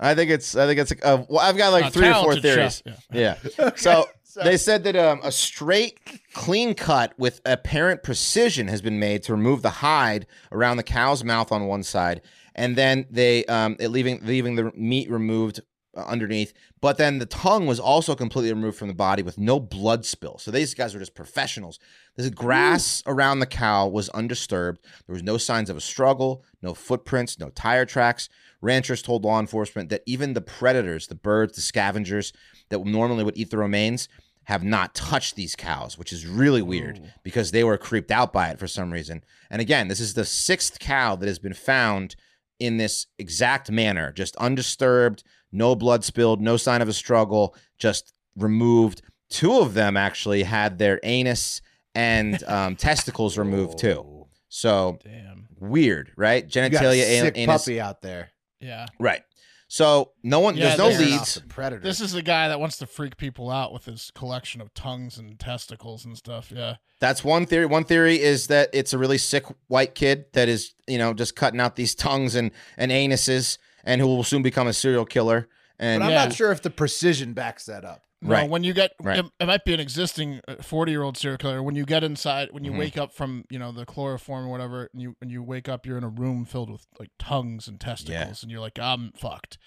I think it's. I think it's. Uh, well, I've got like A three or four talented theories. chef, Yeah. So they said that um, a straight, clean cut with apparent precision has been made to remove the hide around the cow's mouth on one side, and then they um, it leaving leaving the meat removed uh, underneath. But then the tongue was also completely removed from the body with no blood spill. So these guys were just professionals. The grass around the cow was undisturbed. There was no signs of a struggle, no footprints, no tire tracks. Ranchers told law enforcement that even the predators, the birds, the scavengers that normally would eat the remains, have not touched these cows, which is really weird because they were creeped out by it for some reason. And again, this is the sixth cow that has been found in this exact manner, just undisturbed, no blood spilled, no sign of a struggle, just removed. Two of them actually had their anus and um, testicles removed too. So Damn. weird, right? Oh. You got a Genitalia, an- sick anus, puppy out there. Yeah. right? So no one, Yeah, there's they're- no Clearing off leads. the predator. This is the guy that wants to freak people out with his collection of tongues and testicles and stuff. Yeah. That's one theory. One theory is that it's a really sick white kid that is, you know, just cutting out these tongues and and anuses, and who will soon become a serial killer. but And I'm Yeah. not sure if the precision backs that up. No, Right. When you get, Right. it, it might be an existing uh, forty-year-old serial killer. When you get inside, when you Mhm. wake up from you know the chloroform or whatever, and you when you wake up, you're in a room filled with like tongues and testicles, and you're like, I'm fucked.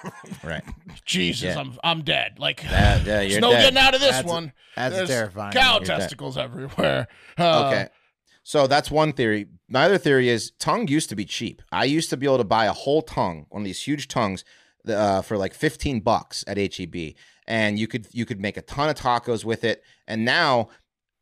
right, Jesus, Yeah. I'm I'm dead. Like, That- yeah, there's you're no dead. getting out of this That's- one. That's There's terrifying. Cow You're dead. testicles everywhere. Uh, okay. So that's one theory. My other theory is tongue used to be cheap. I used to be able to buy a whole tongue, one of these huge tongues, uh, for like fifteen bucks at HEB, and you could you could make a ton of tacos with it. And now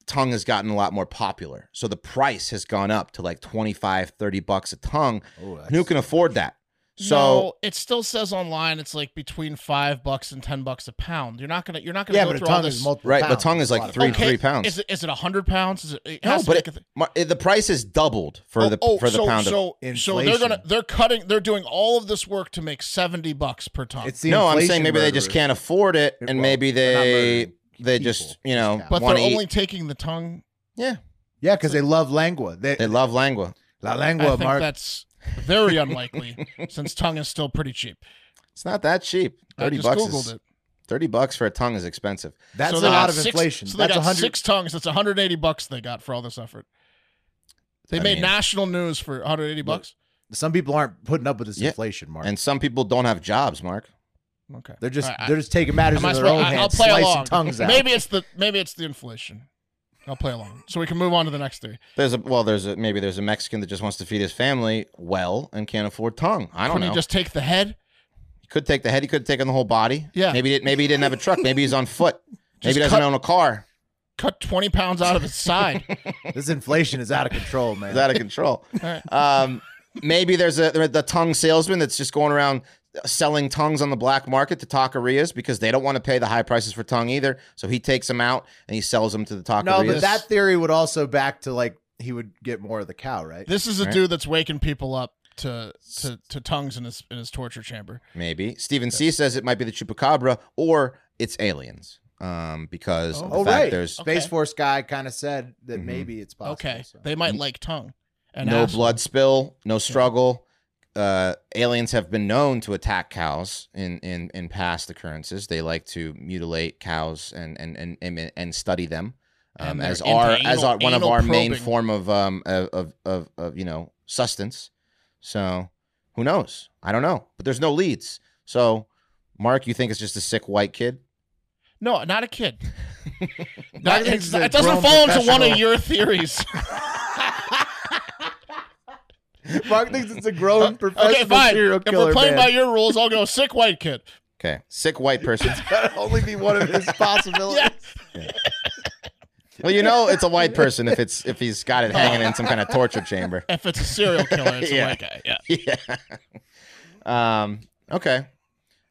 tongue has gotten a lot more popular, so the price has gone up to like 25, 30 bucks a tongue. Oh, that's- Who can afford that? So no, it still says online it's like between five bucks and ten bucks a pound. You're not gonna you're not gonna yeah, go but a through all tongue this. is multiple. right, but pounds. tongue It's is a lot like of three pounds. Okay, three pounds. Is it is it hundred pounds? Is it, it no, has to but make it, a thi- mar- the price has doubled for the for the so, pound. So, of, so they're Inflation. gonna they're cutting they're doing all of this work to make seventy bucks per ton. It's the no, I'm saying inflation maybe they just murderers. can't afford it, It- and well, maybe they're not they murdering they people, just you know cows. but they're want to eat. only taking the tongue. yeah, Yeah, because they love lengua. They, they love lengua. la I lengua, think Mark. that's very unlikely since tongue is still pretty cheap. It's not that cheap. Thirty I just bucks. googled Is, it. Thirty bucks for a tongue is expensive. That's So a they got lot of six- inflation. So they that's got 100. six tongues. That's 180 bucks they got for all this effort. They I made mean- national news for 180 bucks. Some people aren't putting up with this Yeah. inflation, Mark. And some people don't have jobs, Mark. Okay. they're just All right, I- they're just taking matters Am I into their supposed- own I- hands, slicing tongues out. Maybe it's the maybe it's the inflation. I'll play along, so we can move on to the next three. There's a well, there's a maybe there's a Mexican that just wants to feed his family well and can't afford tongue. I don't Couldn't know. you just take the head? He could take the head. He could take on the whole body. Yeah. Maybe he didn't, maybe he didn't have a truck. Maybe he's on foot. Maybe Just he doesn't cut- own a car. Cut twenty pounds out of its side. This inflation is out of control, man. He's out of control. right. um, maybe there's a the tongue salesman that's just going around selling tongues on the black market to taquerias because they don't want to pay the high prices for tongue either. So he takes them out and he sells them to the taquerias. no, but that theory would also back to like he would get more of the cow, right? This is a Right. dude that's waking people up to to, to tongues in his in his torture chamber. maybe Stephen C says it might be the chupacabra or it's aliens. Um, because of the oh, fact right. there's Space Okay. Force guy kind of said that maybe it's possible. Okay, so. they might like tongue. And no ass. blood spill, no struggle. Uh, aliens have been known to attack cows in, in, in past occurrences. They like to mutilate cows and and and and, and study them. Um, And as they're our into as our, anal- one of anal our main probing. form of um of, of of of you know sustenance. So who knows? I don't know. But there's no leads. So Mark, you think it's just a sick white kid? No, not a kid. Mark Not- thinks it's- he's a it doesn't grown fall into one professional. of your theories. Mark thinks it's a grown professional okay, fine. serial If killer. we're playing man. by your rules, I'll go sick white kid. Okay, sick white person. That'd only be one of his possibilities. Yeah. well, you know it's a white person if it's if he's got it hanging in some kind of torture chamber. If it's a serial killer, it's Yeah. a white guy. Yeah. yeah. Um. Okay.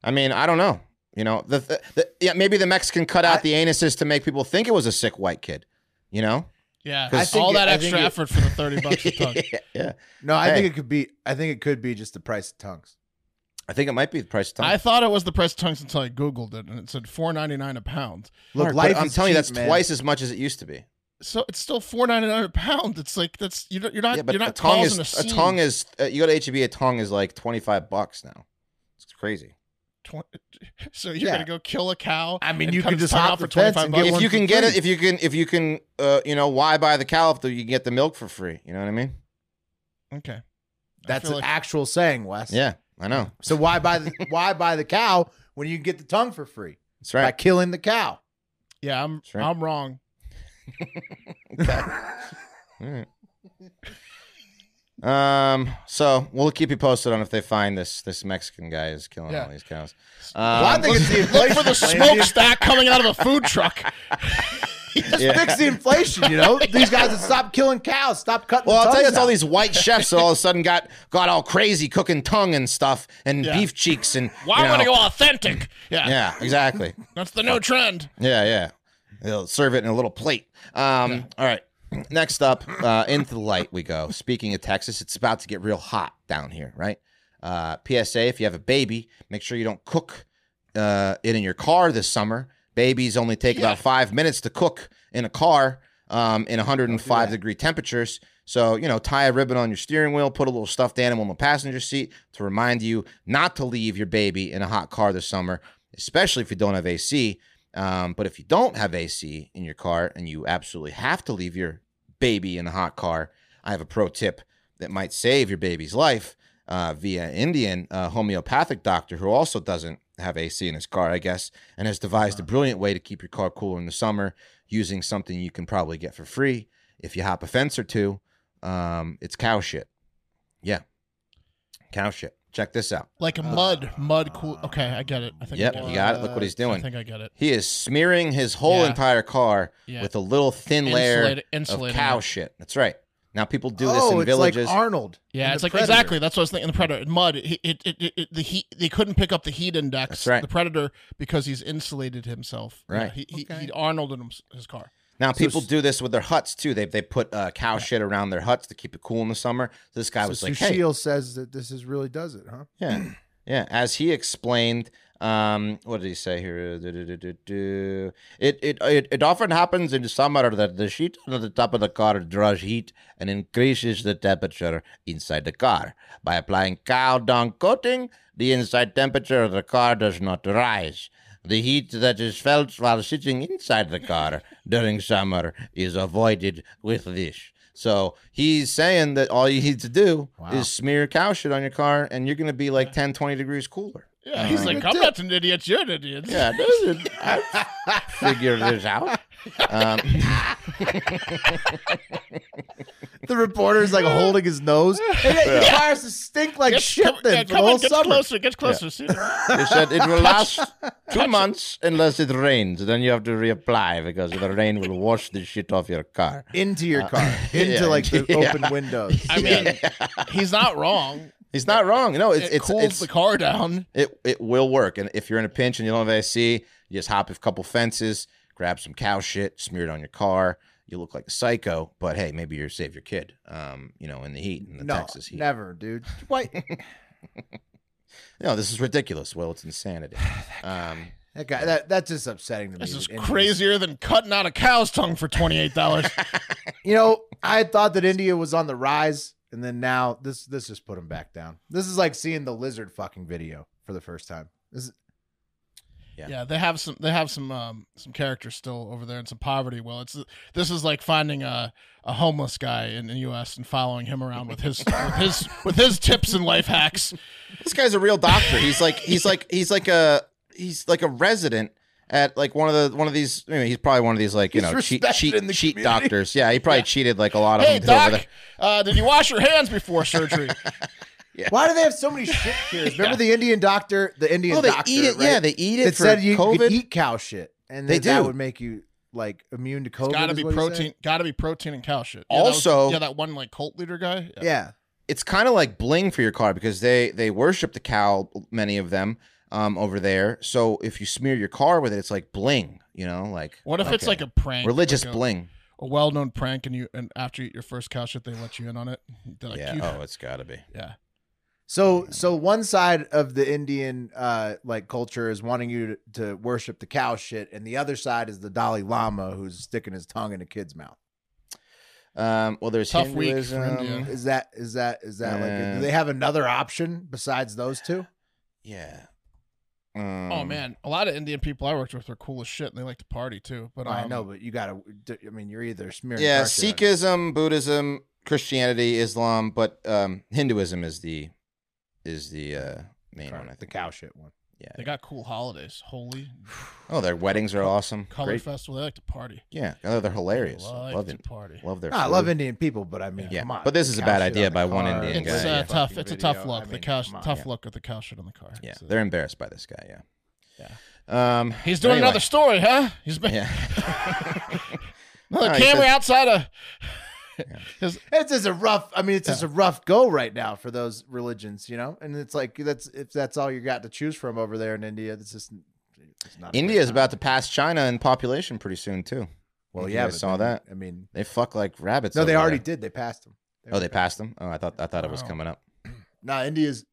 I mean, I don't know. You know, the, the, the yeah maybe the Mexican cut out the anuses to make people think it was a sick white kid. You know. Yeah. I think All it- that I extra think it- effort for the 30 bucks a tongue. yeah. No, I Hey. think it could be. I think it could be just the price of tongues. I think it might be the price of time. I thought it was the price of tongues until I Googled it and it said four ninety nine a pound. Look, But life I'm is telling you, cheap, that's man. twice as much as it used to be. So it's still four ninety nine a pound. It's like that's you're not you're not yeah, but you're not a tongue causing is a, scene. tongue is uh, you go to HEB, a tongue is like twenty five bucks now. It's crazy. Twen- so you're Yeah. gonna go kill a cow. I mean, and you cut can its just tongue hop out for the fence 25 and bucks? get If one you for can get free. it, if you can, if you can, uh, you know, why buy the cow if you can get the milk for free? You know what I mean? Okay. I That's feel an like- actual saying, Wes. Yeah, I know. So why buy the why buy the cow when you can get the tongue for free That's by right. killing the cow? Yeah, I'm That's right. I'm wrong. All right. Um. So we'll keep you posted on if they find this this Mexican guy is killing Yeah. all these cows. Well, I Um, think it's the Look for inflation. the man. smokestack coming out of a food truck. Just Yeah. fix the inflation. You know, these guys that stop killing cows, stop cutting. well, the I'll tell you, tongues it's all out. these white chefs that all of a sudden got got all crazy cooking tongue and stuff and Yeah. beef cheeks and. Why you want to know. go authentic? Yeah, Yeah, exactly. that's the new trend. Yeah, yeah. They'll serve it in a little plate. Um, All right. Next up, uh, into the light we go. Speaking of Texas, it's about to get real hot down here, right? Uh, PSA: If you have a baby, make sure you don't cook uh, it in your car this summer. Babies only take about five minutes to cook in a car um, in 105 degree temperatures. So you know, tie a ribbon on your steering wheel, put a little stuffed animal in the passenger seat to remind you not to leave your baby in a hot car this summer, especially if you don't have AC. Um, but if you don't have AC in your car and you absolutely have to leave your baby in a hot car, I have a pro tip that might save your baby's life uh, via Indian uh, homeopathic doctor who also doesn't have AC in his car, I guess, and has devised a brilliant way to keep your car cooler in the summer using something you can probably get for free if you hop a fence or two. Um, it's cow shit. Yeah, cow shit. Check this out. Like a mud, mud cool. Okay, I get it. I think. Yep, I get you got it. Look what he's I doing. think I get it. He is smearing his whole Yeah. entire car Yeah. with a little thin Insulate- layer of insulating cow it. shit. That's right. Now people do this oh, in it's villages. like Arnold. Yeah, in it's The like Predator. exactly that's what I was thinking. The predator mud. It, it, it, it- it- the heat. They couldn't pick up the heat index. That's right. The predator because he's insulated himself. Yeah, Right. he, he, he Arnold in his- his car. now people do this with their huts too. They they put uh, cow shit around their huts to keep it cool in the summer. So this guy So was like, hey, Sushil says that this is really does it, huh? yeah, yeah. As he explained, um, what did he say here? Uh, do, do, do, do, do. It, it it it often happens in summer that the sheet on the top of the car draws heat and increases the temperature inside the car. By applying cow dung coating, the inside temperature of the car does not rise. The heat that is felt while sitting inside the car during summer is avoided with this. So he's saying that all you need to do Wow. is smear cow shit on your car and you're going to be like 10, 20 degrees cooler. Yeah, he's like, I'm not an idiot. You're an idiot. Yeah, this is- I figured this out. Um, The reporter's like holding his nose. And it- The tires stink like Gets- shit come- yeah, then for the come on, whole gets summer. closer. Gets closer. See that? They said it will last two months unless it rains. Then you have to reapply because the rain will wash the shit off your car. Into your car. Into Uh, yeah, like the yeah. open windows. I mean, he's not wrong. He's not wrong. No, it's It it's cools it's the car down. it it will work. And if you're in a pinch and you don't have AC, you just hop a couple fences, grab some cow shit, smear it on your car. You look like a psycho, but hey, maybe you save your kid. Um, you know, in the heat, in the No, Texas heat. never, dude. Why No, this is ridiculous. Well, it's insanity. Um, that guy that, that's just upsetting to me. This is with Indians. crazier than cutting out a cow's tongue for twenty eight dollars. You know, I had thought that India was on the rise, and then now this this just put him back down. This is like seeing the lizard fucking video for the first time. This is, Yeah. Yeah, they have some. They have some um, some characters still over there in some poverty. Well, it's this is like finding a, a homeless guy in the U.S. and following him around with his with his with his tips and life hacks. this guy's a real doctor. He's like he's like he's like a he's like a resident at like one of the one of these. I mean, he's probably one of these like you He's know cheat respected cheat, in the cheat community. doctors. Yeah, he probably cheated like a lot of Hey, them. did over doc, uh, did you wash your hands before surgery? why do they have so many shit cures? Remember the Indian doctor, the there. Indian Oh, they doctor, eat it. right? Yeah, they eat it that for said you COVID. could eat cow shit, and They that- that do. would make you like immune to COVID. Got to is be what he said? protein. Got to be protein and cow shit. Yeah, that was- Also- yeah, that one like cult leader guy. Yeah. it's kind of like bling for your car because they they worship the cow many of them um over there so if you smear your car with it it's like bling you know like What if it's okay. like a prank? religious like a, bling A well known prank, and you and after you eat your first cow shit, they let you in on it. They're like, yeah you- oh it's gotta be yeah. So, so one side of the Indian uh, like culture is wanting you to, to worship the cow shit, and the other side is the Dalai Lama who's sticking his tongue in a kid's mouth. um well there's Tough week for Hinduism. India. Is that is that is that like? Uh, Do they have another option besides those two? yeah um, Oh man, a lot of Indian people I worked with are cool as shit, and they like to party too. But I um, know, but you gotta. I mean, you're either smearing. yeah tar shit on- sikhism buddhism christianity islam but um hinduism is the is the uh main one i the think cow shit one. They got cool holidays. Holy oh their weddings are awesome color Great. festival. They like to party. yeah oh, they're hilarious They like love to it party. love their No, I food. love Indian people, but I mean, Yeah. come on. But this is a cow bad shit idea on the by one car, Indian It's guy, uh, yeah. tough. fucking It's a video. tough look. I mean, the cow, come on. tough Yeah. look with the cow shit on the car. Yeah, So- they're embarrassed by this guy. Yeah, yeah. Um, He's doing anyway. another story, huh? He's been Yeah, another No, he camera said- outside of. It's just a rough. I mean, it's just a rough go right now for those religions, you know. And it's like that's if that's all you got to choose from over there in India. It's just it's not. a India great is time. about to pass China in population pretty soon too. Well, You yeah, guys but saw then, that. I mean, They fuck like rabbits. no, they over already there. did. They passed them. Oh, they passed them. Oh, I thought I thought it was Wow. coming up. No, India's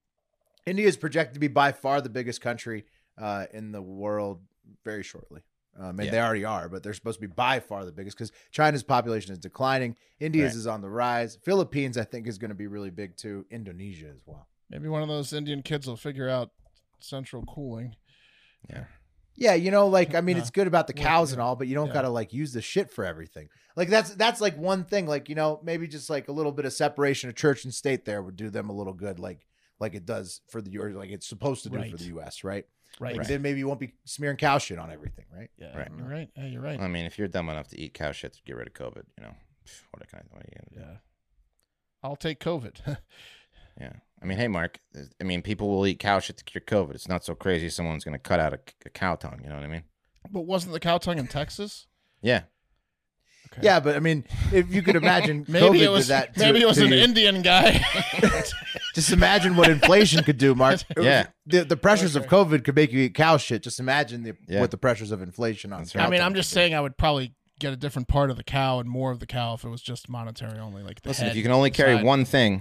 India is projected to be by far the biggest country uh, in the world very shortly. Um, and Yeah. they already are, but they're supposed to be by far the biggest because China's population is declining. India's Right. is on the rise. Philippines, I think, is going to be really big too. Indonesia as well. Maybe one of those Indian kids will figure out central cooling. Yeah, you know, like I mean, No. it's good about the Yeah, cows yeah. and all, but you don't Yeah. gotta like use the shit for everything. Like that's that's like one thing. Like you know, maybe just like a little bit of separation of church and state there would do them a little good. Like like it does for the or like it's supposed to do for Right. the U.S. Right? Right. Like, Then maybe you won't be smearing cow shit on everything. Right? Yeah. Right. You're right. Yeah, you're right. I mean, if you're dumb enough to eat cow shit to get rid of COVID, you know, pff, what kind of what are you gonna do? yeah. I'll take COVID. Yeah. I mean, hey, Mark. I mean, people will eat cow shit to cure COVID. It's not so crazy. Someone's gonna cut out a, a cow tongue. You know what I mean? but wasn't the cow tongue in Texas? Yeah. Okay. Yeah, but I mean, if you could imagine, Maybe COVID it was did that. to- maybe it was to an you. Indian guy. Just imagine what inflation could do, Mark. Yeah. The, the pressures of Okay. COVID could make you eat cow shit. Just imagine the, Yeah. what the pressures of inflation on. That's cow right. I mean, tongue I'm just could be. saying I would probably get a different part of the cow and more of the cow if it was just monetary only. Like the Listen, if head you can only carry side. one thing,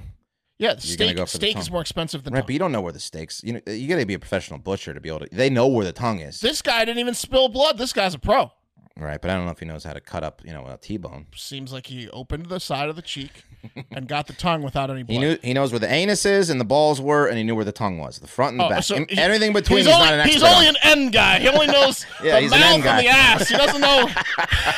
yeah, the you're gonna steak go for the steak is tongue. more expensive than right? tongue. But you don't know where the stakes. You know, you gotta be a professional butcher to be able to. They know where the tongue is. This guy didn't even spill blood. This guy's a pro. right? But I don't know if he knows how to cut up, you know, a T-bone. Seems like he opened the side of the cheek and got the tongue without any blood. He knew he knows where the anus is and the balls were, and he knew where the tongue was, the front and the Oh, back. so Em- he- Anything between, he's, he's, only, not an expert. he's only on. an end guy. He only knows Yeah, the he's an mouth end and the guy. ass. He doesn't know.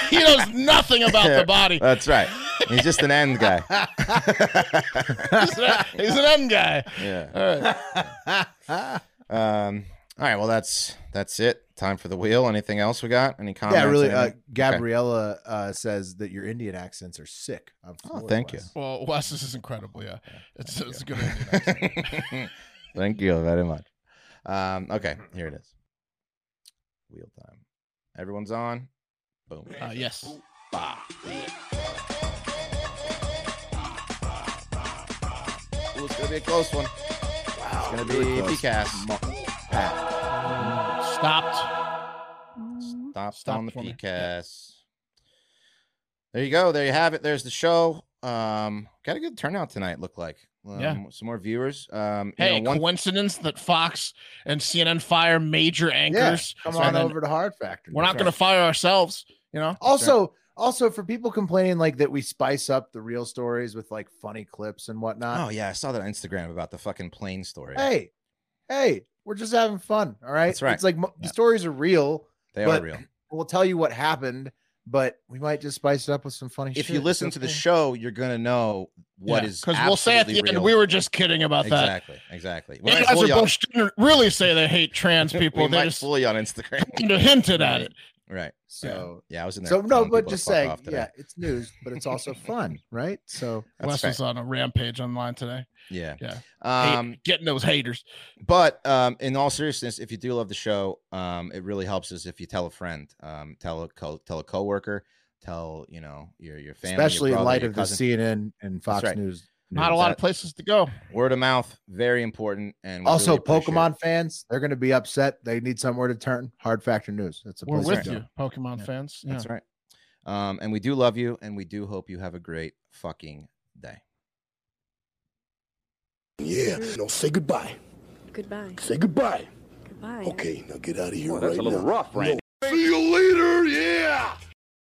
He knows nothing about the body. That's right. He's just an end guy. He's an, he's an end guy. Yeah. All right. Um. All right. Well, that's that's it. Time for the wheel. Anything else we got? Any comments? yeah, really. Uh, Anything? Gabriella uh, says that your Indian accents are sick. I'm floored, thank you. Wes. Well, Wes, this is incredible. Yeah, it's, it's a good. Indian accent. Thank you very much. Um. Okay. Here it is. Wheel time. Everyone's on. Boom. Uh, yes. Ah, Ooh, it's gonna be a close one. It's gonna be really close. PCAS. Stopped. Stop, Stop on the for me. PCAS. There you go. There you have it. There's the show. Um, got a good turnout tonight. Look like um, Yeah. some more viewers. Um, you Hey, know, one- coincidence that Fox and CNN fire major Yeah, anchors. come and on then over to Hard Factor. We're not going to fire ourselves. You know. Also, also for people complaining like that, we spice up the real stories with like funny clips and oh whatnot. yeah, I saw that on Instagram about the fucking plane story. Hey, hey, we're just having fun. All right, That's right. It's like mo- the Yeah. stories are real. they but are real. We'll tell you what happened, but we might just spice it up with some funny. If shit. you It's listen to the okay. show, you're gonna know what is because we'll say at the absolutely end real. we were just kidding about that. exactly, exactly. We you might guys fool are you on- bullshit. Didn't really say they hate trans people. we they might just fool you on Instagram. kind of hinted at it. right. So, Yeah, I was in there. so no, telling but people to just fuck saying, off today. yeah, it's news, but it's also fun, right? So, That's Wes fair. was on a rampage online today. yeah, Yeah. Hate- Um, getting those haters. but um, in all seriousness, if you do love the show, um, it really helps us if you tell a friend, um, tell a co- tell a coworker, tell you know your your family, your especially in brother, light your of the cousin. CNN and Fox right. News. Not a news. lot that- of places to go. Word of mouth, very important. And we Also, really appreciate it. Pokemon fans, they're going to be upset. They need somewhere to turn. Hard Factor News. That's a We're place with to go. you, Pokemon Yeah. fans. Yeah. That's right. Um, and we do love you, and we do hope you have a great fucking day. Yeah. No, say goodbye. Goodbye. Say goodbye. Goodbye. Okay, now get out of here Well, that's right a little now. rough, No, Randy.